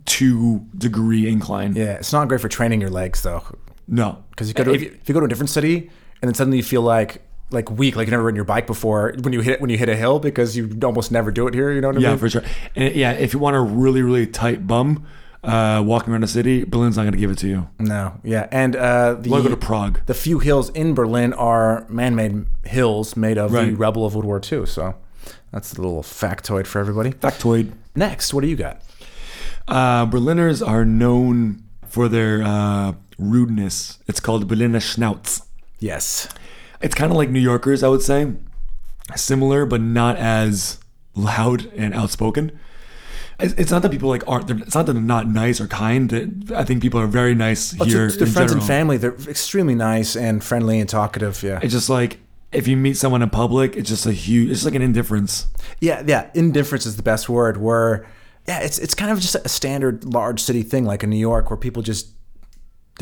two degree incline.
Yeah, it's not great for training your legs though.
No,
Because you go to
If
if you, go to a different city and then suddenly you feel like like weak, like you've never ridden your bike before when you hit when you hit a hill because you almost never do it here. You know what I
Yeah,
mean?
for sure. And yeah, if you want a really, really tight bum, uh, walking around the city, Berlin's not going to give it to you.
no, yeah, and uh, the
Well, I go to Prague.
the few hills in Berlin are man-made hills made of the
Right.
rubble of World War II. So that's a little factoid for everybody.
Factoid.
Next, what do you got?
Uh, Berliners are known for their uh, rudeness. It's called Berliner Schnauz.
Yes,
It's kind of like New Yorkers, I would say. Similar, but not as loud and outspoken. It's it's not that people like aren't. they're- It's not that they're not nice or kind. That- I think people are very nice
To-
here.
to their
in
friends and
general.
family, they're extremely nice and friendly and talkative. Yeah,
It's just like if you meet someone in public, it's just a huge. It's like an indifference.
Yeah, yeah. Indifference is the best word. Where, yeah, it's it's kind of just a standard large city thing, like in New York, where people just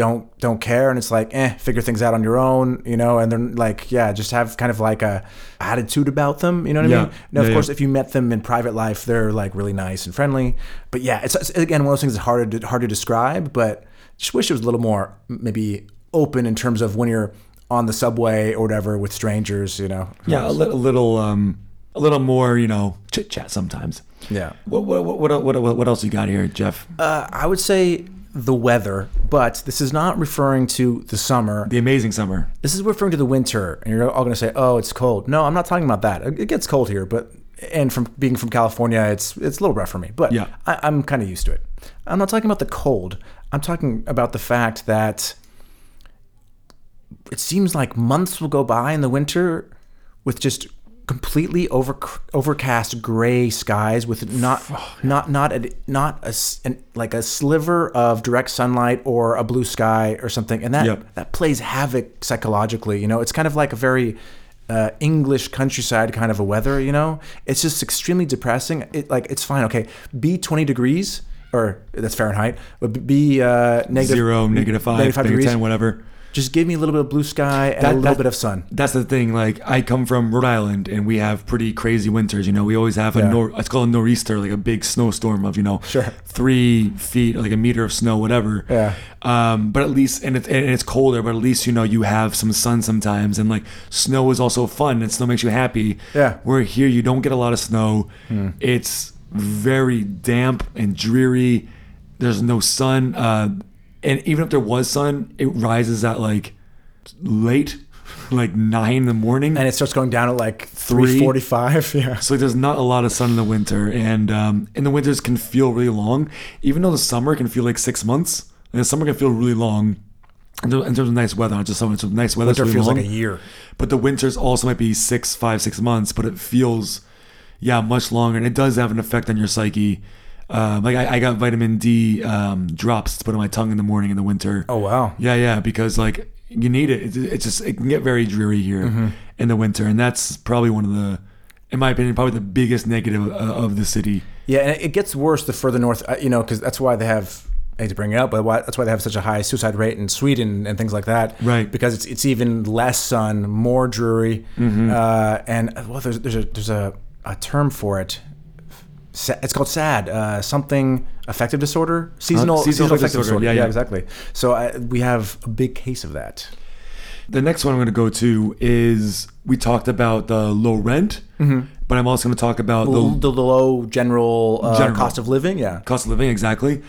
don't don't care and it's like eh figure things out on your own you know and then like yeah just have kind of like a attitude about them you know what
Yeah.
i mean now of
Yeah,
course
yeah.
if you met them in private life they're like really nice and friendly but yeah it's, it's again one of those things that's hard to hard to describe but just wish it was a little more maybe open in terms of when you're on the subway or whatever with strangers you know
Yeah, a, li- a little, um, a little more, you know, chit chat sometimes.
yeah
What what what what what, what else you got here, Jeff?
uh, i would say the weather but this is not referring to the summer
the amazing summer.
this is referring to the winter, and you're all going to say, "Oh, it's cold." No, I'm not talking about that. It it gets cold here, but and from being from California, it's it's a little rough for me. But
Yeah.
I, I'm kind of used to it. I'm not talking about the cold. I'm talking about the fact that it seems like months will go by in the winter with just completely over overcast gray skies with not not not a, not a s- an, like a sliver of direct sunlight or a blue sky or something and that
Yep.
that plays havoc psychologically you know it's kind of like a very uh, english countryside kind of a weather you know it's just extremely depressing it like it's fine okay be 20 degrees or that's fahrenheit but be uh, negative
Zero, negative five,
negative five
negative
degrees
ten, whatever.
just give me a little bit of blue sky and a
That-
little
that-
bit of sun.
That's the thing. Like I come from Rhode Island, and we have pretty crazy winters. You know, we always have a
Yeah.
nor. It's called a nor'easter, like a big snowstorm of you know,
Sure.
three feet, like a meter of snow, whatever.
Yeah.
Um, but at least, and it's and it's colder, but at least you know you have some sun sometimes, and like snow is also fun, and snow makes you happy.
Yeah.
Where here you don't get a lot of snow.
Hmm.
It's very damp and dreary. There's no sun, uh, and even if there was sun, it rises at like late, like nine in the morning.
And it starts going down at like
Three.
345. Yeah.
so there's not a lot of sun in the winter, and um, and the winters can feel really long. Even though the summer can feel like six months, and the summer can feel really long. In ter- in terms of nice weather, not just summer. In terms of nice weather, it's
Winter
really
feels like
long.
a year.
But the winters also might be six, five, six months, but it feels, yeah, much longer, and it does have an effect on your psyche. Um, like I, I got vitamin D um, drops to put on my tongue in the morning in the winter.
Oh, wow.
Yeah, yeah, because like you need it. It's, it's just it can get very dreary here
Mm-hmm.
in the winter, and that's probably one of the, in my opinion, probably the biggest negative of, of the city.
Yeah. And it gets worse the further north, uh, you know, because that's why they have, I hate to bring it up, but why, that's why they have such a high suicide rate in Sweden and things like that.
Right.
Because it's, it's even less sun, more dreary.
Mm-hmm.
Uh, and, uh, well, there's, there's, a, there's a, a term for it. Sa- It's called SAD, uh, something affective disorder, seasonal,
Uh, seasonal
seasonal
affective
affective disorder.
disorder. Yeah,
yeah,
yeah.
exactly. So I, we have a big case of that.
The next one I'm going to go to is we talked about the low rent, but I'm also going to talk about
the,
the
the Mm-hmm. low general, uh,
Oh. General.
cost of living. Yeah.
cost of living exactly,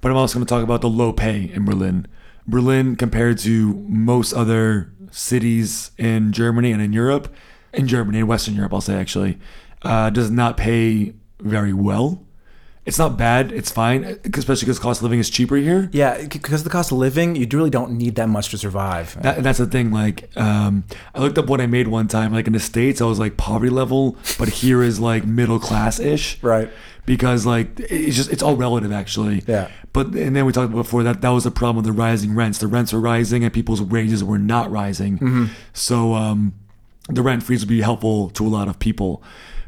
but I'm also going to talk about the low pay in Berlin. Berlin compared to most other cities in Germany and in Europe, in Germany and Western Europe, I'll say actually, uh, does not pay very well. It's not bad. It's fine, especially because cost of living is cheaper here.
Yeah, because the cost of living, you really don't need that much to survive.
That, that's the thing. Like, um, I looked up what I made one time. Like in the states, I was like poverty level, but here is like middle class ish.
Right.
Because like it's just it's all relative actually.
Yeah.
But and then we talked before that that was the problem with the rising rents. The rents were rising and people's wages were not rising.
Mm-hmm.
So um, the rent freeze would be helpful to a lot of people.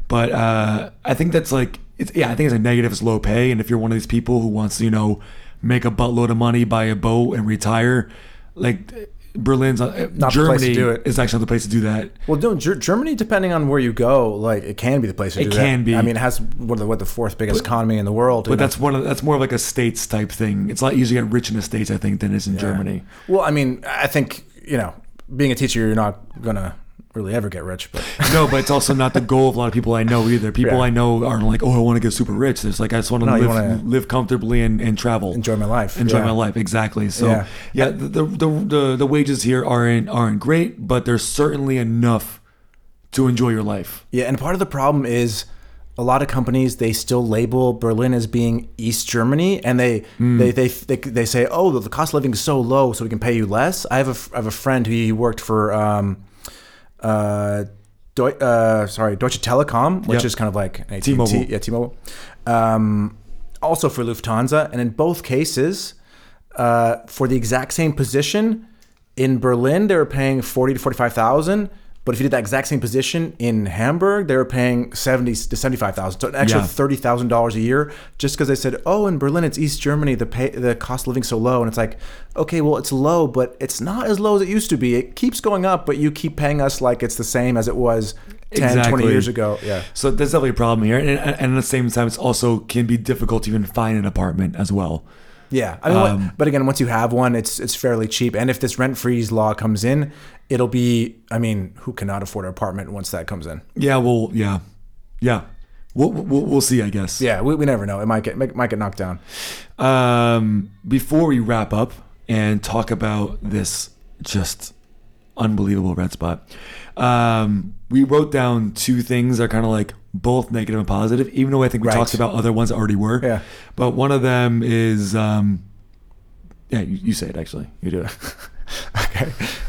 But uh, I think that's like it's yeah I think it's a negative. It's low pay, and if you're one of these people who wants to you know make a buttload of money, buy a boat, and retire, like. Berlin's not
Not the
Germany
place to do it.
is actually not the place to do that.
Well, no, Ger- Germany, depending on where you go, like it can be the place to do that.
can be.
I mean, it has one of the, what the fourth biggest economy in the world. you
But
know?
that's one of that's more of like a states type thing. It's a lot easier to get rich in the states, I think, than it is in Germany.
well, I mean, I think you know, being a teacher, you're not gonna really ever get rich. But
No, but it's also not the goal of a lot of people I know either. People
Yeah.
I know aren't like, oh, I want to get super rich. It's like I just want to
you
live,
wanna-
live comfortably and, and travel,
enjoy my life.
enjoy
yeah.
my life. Exactly. So
Yeah.
yeah, the, the, the the the wages here aren't aren't great, but they're certainly enough to enjoy your life.
Yeah, and part of the problem is a lot of companies they still label Berlin as being East Germany, and they
Hmm.
they, they they they say, oh, the cost of living is so low, so we can pay you less. I have a f- I have a friend who he worked for. Um, uh, Deu- uh, sorry, Deutsche Telekom, which
Yep.
is kind of like an AT&T,
T-Mobile.
yeah, T-Mobile. Um, also for Lufthansa, and in both cases, uh, for the exact same position in Berlin, they were paying forty to forty-five thousand. But if you did that exact same position in Hamburg, they were paying seventy to seventy-five thousand, so an extra
Yeah.
thirty thousand dollars a year just because they said, "Oh, in Berlin, it's East Germany. The pay, the cost of living so low." And it's like, okay, well, it's low, but it's not as low as it used to be. It keeps going up, but you keep paying us like it's the same as it was 10, 20
Exactly.
years ago. Yeah.
So there's definitely a problem here, and, and and at the same time, it's also can be difficult to even find an apartment as well.
Yeah, I mean,
Um,
what, but again, once you have one, it's it's fairly cheap. And if this rent freeze law comes in, it'll be. I mean, who cannot afford an apartment once that comes in?
Yeah, well, yeah, yeah. We'll we'll, we'll see, I guess.
Yeah, we, we never know. It might get might, might get knocked down.
Um, before we wrap up and talk about this just unbelievable red spot, um, we wrote down two things that are kind of like both negative and positive, even though I think we
Right.
talked about other ones that already were.
Yeah.
But one of them is, um, yeah, you, you say it actually. You do it.
Okay.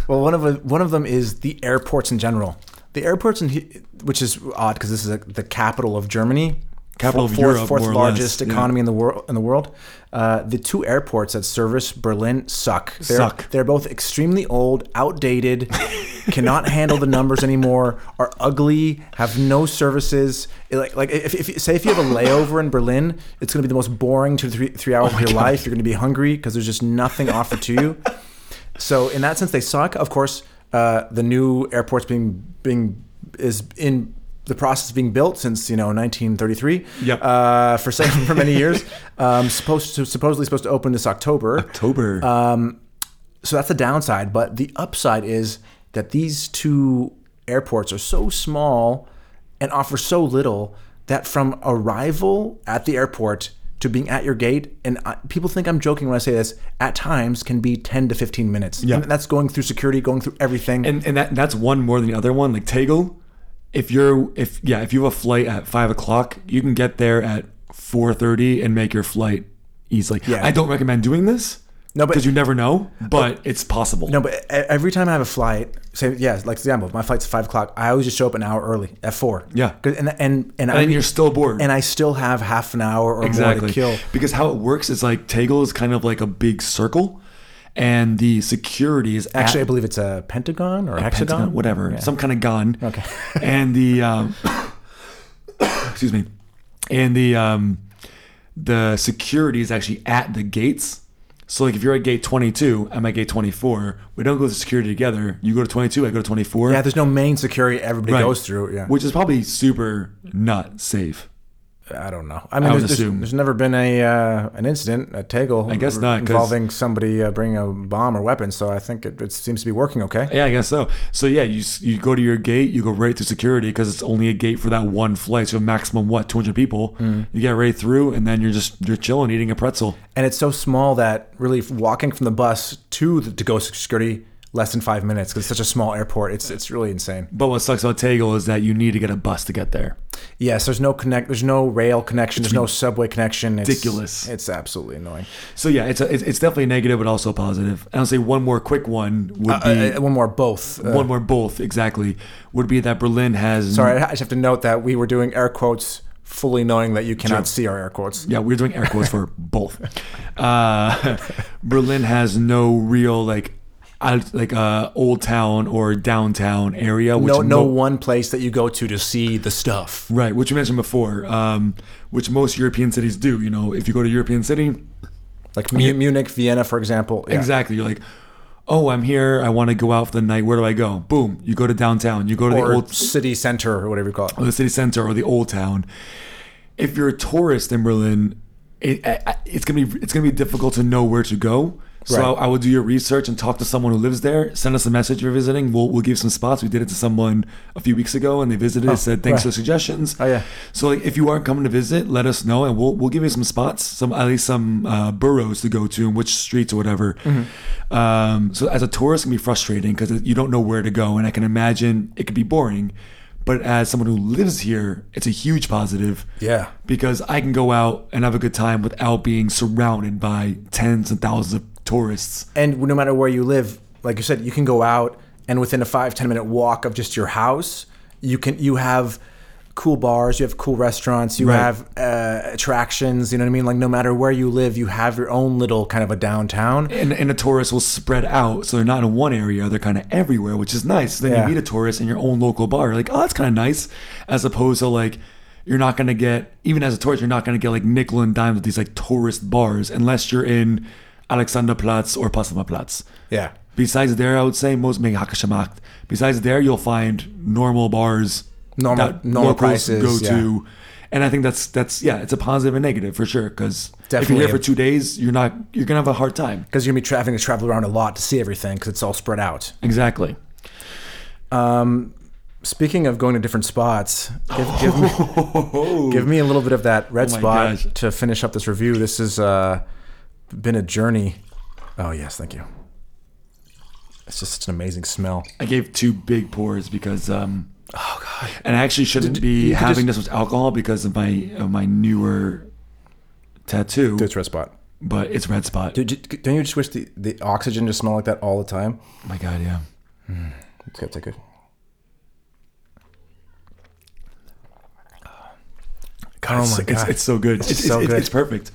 Well, one of one of them is the airports in general. The airports in he- which is odd because this is like the capital of Germany,
Capital
fourth,
of
fourth,
Europe,
fourth
more or
largest
less, yeah.
economy in the world. In the world, uh, the two airports that service Berlin suck. They're,
Suck.
They're both extremely old, outdated, cannot handle the numbers anymore, are ugly, have no services. It, like like if, if you- say if you have a layover in Berlin, it's going to be the most boring two to three, three hours of your life. You're going to be hungry because there's just nothing offered to you. So in that sense, they suck. Of course, uh, the new airport's being being is in the process of being built since you know 1933.
Yep.
Uh, for some, for many years, um, supposed to supposedly supposed to open this October.
October.
So that's the downside. But the upside is that these two airports are so small and offer so little that from arrival at the airport to being at your gate, and I, people think I'm joking when I say this, at times can be 10 to 15 minutes.
Yeah.
And that's going through security, going through everything.
and and that that's one more than the other one. Like Tegel, if you're if yeah, if you have a flight at five o'clock, you can get there at four thirty and make your flight easily.
Yeah.
I don't recommend doing this.
No, but-
because you never know, but it's possible.
No, but e- every time I have a flight, say yeah, like for example, if my flight's at five o'clock. I always just show up an hour early at four.
Yeah.
'Cause- and and and,
and
I,
then you're still bored.
and I still have half an hour or more
exactly
to kill.
because how it works is like Tegel is kind of like a big circle, and the security is at
Actually, I believe it's a pentagon or a hexagon,
Pentagon, whatever, some kind of gun.
Okay.
and the um, excuse me, and the um, the security is actually at the gates. So like if you're at gate 22, I'm at gate 24. We don't go to security together. You go to 22, I go to 24.
Yeah, there's no main security everybody
Right.
goes through. Yeah,
Which is probably super not safe.
I don't know. I mean,
I would
there's, there's,
assume.
there's never been a uh, an incident at Tegel. I
guess not, 'cause-
involving somebody uh, bringing a bomb or weapon. So I think it, it seems to be working okay.
Yeah, I guess so. So yeah, you s- you go to your gate, you go right through security because it's only a gate for that one flight. So maximum what 200 people.
Mm.
You get right through, and then you're just you're chilling, eating a pretzel.
And it's so small that really walking from the bus to the, to go security less than five minutes because it's such a small airport. It's it's really insane.
But what sucks about Tegel is that you need to get a bus to get there.
Yes, there's no connect. There's no rail connection. there's no subway connection. It's,
ridiculous.
It's absolutely annoying.
So yeah, it's a, it's, it's definitely negative, but also positive. And I'll say one more quick one would be
Uh, uh, one more, both. Uh,
one more both exactly would be that Berlin has
sorry, I just have to note that we were doing air quotes, fully knowing that you cannot see our air quotes.
Yeah, we're doing air quotes for both. Uh, Berlin has no real like out, like uh, old town or downtown area. Which
no, no
mo-
one place that you go to to see the stuff.
Right, which you mentioned before, um, which most European cities do. You know, if you go to a European city,
Like Mu- Munich, Vienna, for example. Yeah.
Exactly. You're like, oh, I'm here. I want to go out for the night. Where do I go? Boom. You go to downtown. You go to
Or
the old
city center or whatever you call
or
it.
the city center or the old town. If you're a tourist in Berlin, it, I- I- it's gonna be it's gonna be difficult to know where to go. So
Right.
I will do your research and talk to someone who lives there. Send us a message if you're visiting. We'll, we'll give some spots. We did it to someone a few weeks ago, and they visited. and said
Oh,
thanks
right.
for the suggestions.
Oh, yeah.
So like, if you aren't coming to visit, let us know, and we'll we'll give you some spots, some at least some uh, boroughs to go to, and which streets or whatever.
Mm-hmm.
Um, so as a tourist, it can be frustrating because you don't know where to go, and I can imagine it could be boring. But as someone who lives here, it's a huge positive.
Yeah.
Because I can go out and have a good time without being surrounded by tens and thousands of tourists.
And no matter where you live, like you said, you can go out and within a five, 10 minute walk of just your house, you can you have cool bars, you have cool restaurants, you
Right.
have uh, attractions. You know what I mean? Like no matter where you live, you have your own little kind of a downtown.
and, and a tourist will spread out, so they're not in one area; they're kind of everywhere, which is nice. Then
Yeah.
you meet a tourist in your own local bar, you're like, oh, that's kind of nice, as opposed to like, you're not gonna get even as a tourist, you're not gonna get like nickel and dimes at these like tourist bars unless you're in Alexanderplatz or Potsdamer Platz.
Yeah.
Besides there, I would say most maybe Hakashamacht. Besides there, you'll find normal bars,
Normal- normal
locals
prices,
Go to, and I think that's that's yeah, it's a positive and negative for sure. Because if you're
Definitely.
here for two days, you're not you're gonna have a hard time.
Because you're gonna be tra- having to travel around a lot to see everything because it's all spread out.
Exactly.
Speaking of going to different spots, give, give, me, give me a little bit of that red
Oh my
spot
gosh.
to finish up this review. This has uh, been a journey. Oh yes, thank you. It's just such an amazing smell.
I gave two big pours because um oh god, and I actually shouldn't
you
be
could
having this much alcohol because of my of my newer tattoo,
It's red spot.
but it's red spot.
Dude, j- don't you just wish the, the oxygen to smell like that all the time?
Oh my god, yeah.
It's gonna take a.
God, it's,
oh my
it's,
god!
it's so good. It's, it's,
so
it's-
good.
it's perfect.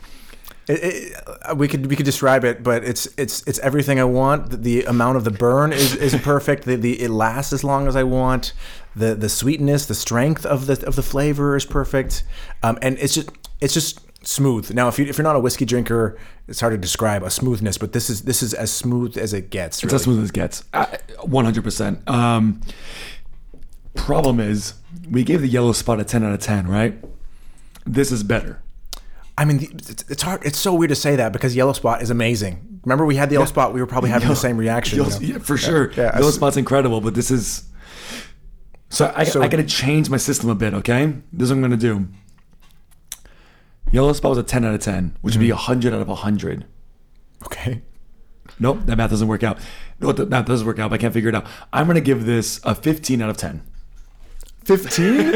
It- it- uh, we could we could describe it, but it's it's it's everything I want. The, the amount of the burn is, is perfect. The, the it lasts as long as I want. The the sweetness, the strength of the of the flavor is perfect. Um, and it's just it's just smooth. Now, if you if you're not a whiskey drinker, it's hard to describe a smoothness, but this is this is as smooth as it gets.
It's as smooth as it gets. One hundred percent. Um Problem is, we gave the yellow spot a ten out of ten, right? This is better.
I mean, the- it's, it's hard. It's so weird to say that because Yellow Spot is amazing. Remember, we had the Yellow Spot. We were probably having the same reaction.
Yellow,
you know?
yeah, for sure.
yeah, I
yellow
s-
spot's incredible, but this is. So I, I got to change my system a bit. Okay, this is what I'm gonna do. Yellow spot was a 10 out of 10, which
Mm-hmm.
would be 100 out of 100.
Okay.
Nope, that math doesn't work out. No, that math doesn't work out. But I can't figure it out. I'm gonna give this a 15 out of 10.
Fifteen.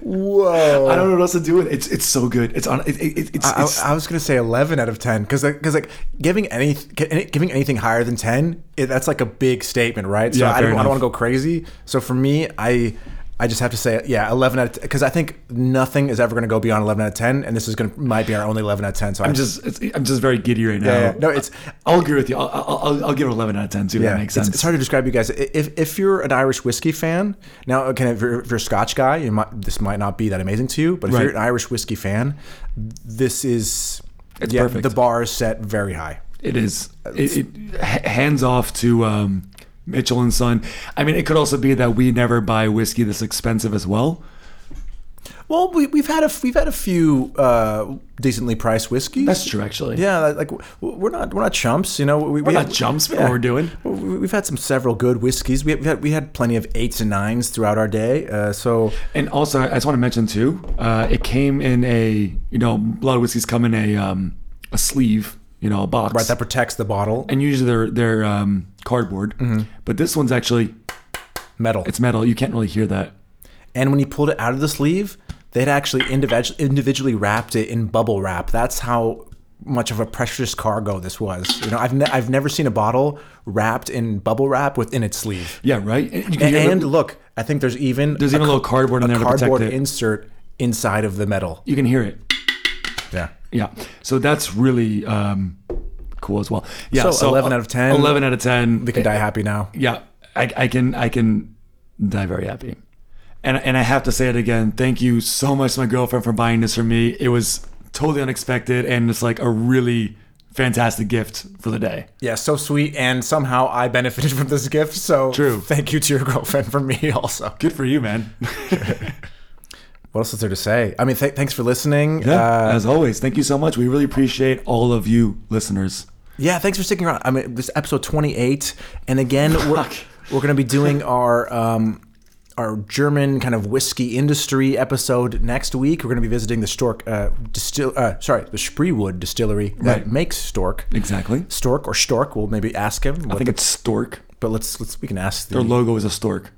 Whoa.
I don't know what else to do with it. It's it's so good. It's on. It, it, it's
I,
it's
I was gonna say eleven out of ten because because like giving any giving anything higher than ten it, that's like a big statement, right? So
Yeah,
I
fair
don't, I don't
enough.
want to go crazy. So for me, I I just have to say yeah, eleven out of because I think nothing is ever gonna go beyond eleven out of ten, and this is gonna might be our only eleven out of ten. So
I'm just it's, I'm just very giddy right now.
yeah. No, it's-
I'll agree with you. I'll, I'll, I'll- I'll give it 11 out of 10 too. that makes
it's-
sense.
It's, hard to describe you guys. I- If if you're an Irish whiskey fan, now okay, if you're, if you're a Scotch guy, you might this might not be that amazing to you, but if you're
Right.
an Irish whiskey fan, this is
It's
yeah,
perfect.
the bar is set very high.
It is. It, it, h- hands off to um, Mitchell and Son. I mean, it could also be that we never buy whiskey this expensive as well.
Well, we, we've had a we've had a few uh, decently priced whiskeys.
That's true, actually.
Yeah, like w- we're not we're not chumps, you know. We,
We're not chumps. We know what we're doing.
We- We've had some several good whiskeys. We, we had we had plenty of eights and nines throughout our day. Uh, so
And also, I just want to mention too, uh, it came in a you know a lot of whiskeys come in a um, a sleeve, you know, a box,
right, that protects the bottle.
and usually they're they're um, cardboard. But this one's actually
metal.
it's metal. You can't really hear that.
and when you pulled it out of the sleeve, they'd actually individu- individually wrapped it in bubble wrap. That's how much of a precious cargo this was. You know, I've ne- I've never seen a bottle wrapped in bubble wrap within its sleeve.
Yeah, right. And, you can
And,
hear the-
look, I think there's even
there's even a, little cardboard in there to protect
cardboard
it.
insert inside of the metal.
you can hear it.
Yeah.
Yeah. So that's really um, cool as well. Yeah.
So 11 out of 10.
11 out of 10.
We can die happy now.
yeah. I, I can I can die very happy. And and I have to say it again. Thank you so much to my girlfriend for buying this for me. It was totally unexpected and it's like a really fantastic gift for the day.
Yeah, so sweet. And somehow I benefited from this gift. So
True.
thank you to your girlfriend for me also.
Good for you, man.
What else is there to say? I mean, th- thanks for listening.
Yeah,
Uh,
As always, thank you so much. We really appreciate all of you listeners.
yeah, thanks for sticking around. I mean, this is episode 28. And again, we're,
Fuck.
we're going to be doing our. Um, our German kind of whiskey industry episode next week. We're going to be visiting the Stork uh, distill. Uh, sorry, the Spreewood distillery that
Right.
makes Stork.
Exactly.
Stork or Stork. We'll maybe ask him.
I
What,
think it's stork.
but let's let's we can ask.
Their
The,
logo is a stork.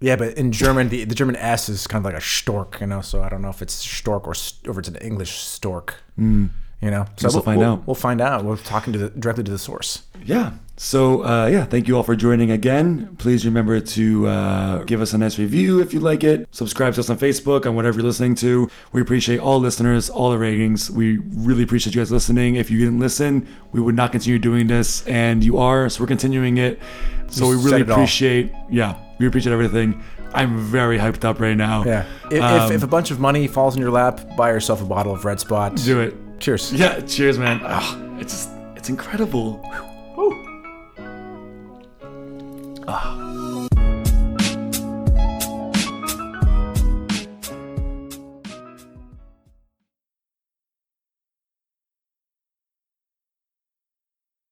yeah, but in German, the, the German S is kind of like a stork, you know. So I don't know if it's stork or st- or if it's an English stork. You You know, so
Hmm. Guess we'll find
we'll,
out.
We'll find out. We're talking to the, directly to the source.
Yeah. So, uh, yeah, thank you all for joining again. Please remember to uh, give us a nice review if you like it. Subscribe to us on Facebook, on whatever you're listening to. We appreciate all listeners, all the ratings. We really appreciate you guys listening. If you didn't listen, we would not continue doing this, and you are, so we're continuing it. So, we
You
really
said it all.
appreciate, yeah, we appreciate everything. I'm very hyped up right now.
Yeah. If,
Um,
if, if a bunch of money falls in your lap, buy yourself a bottle of Red Spot.
do it.
Cheers.
Yeah, cheers, man. Ah, it's just, it's incredible. Ah.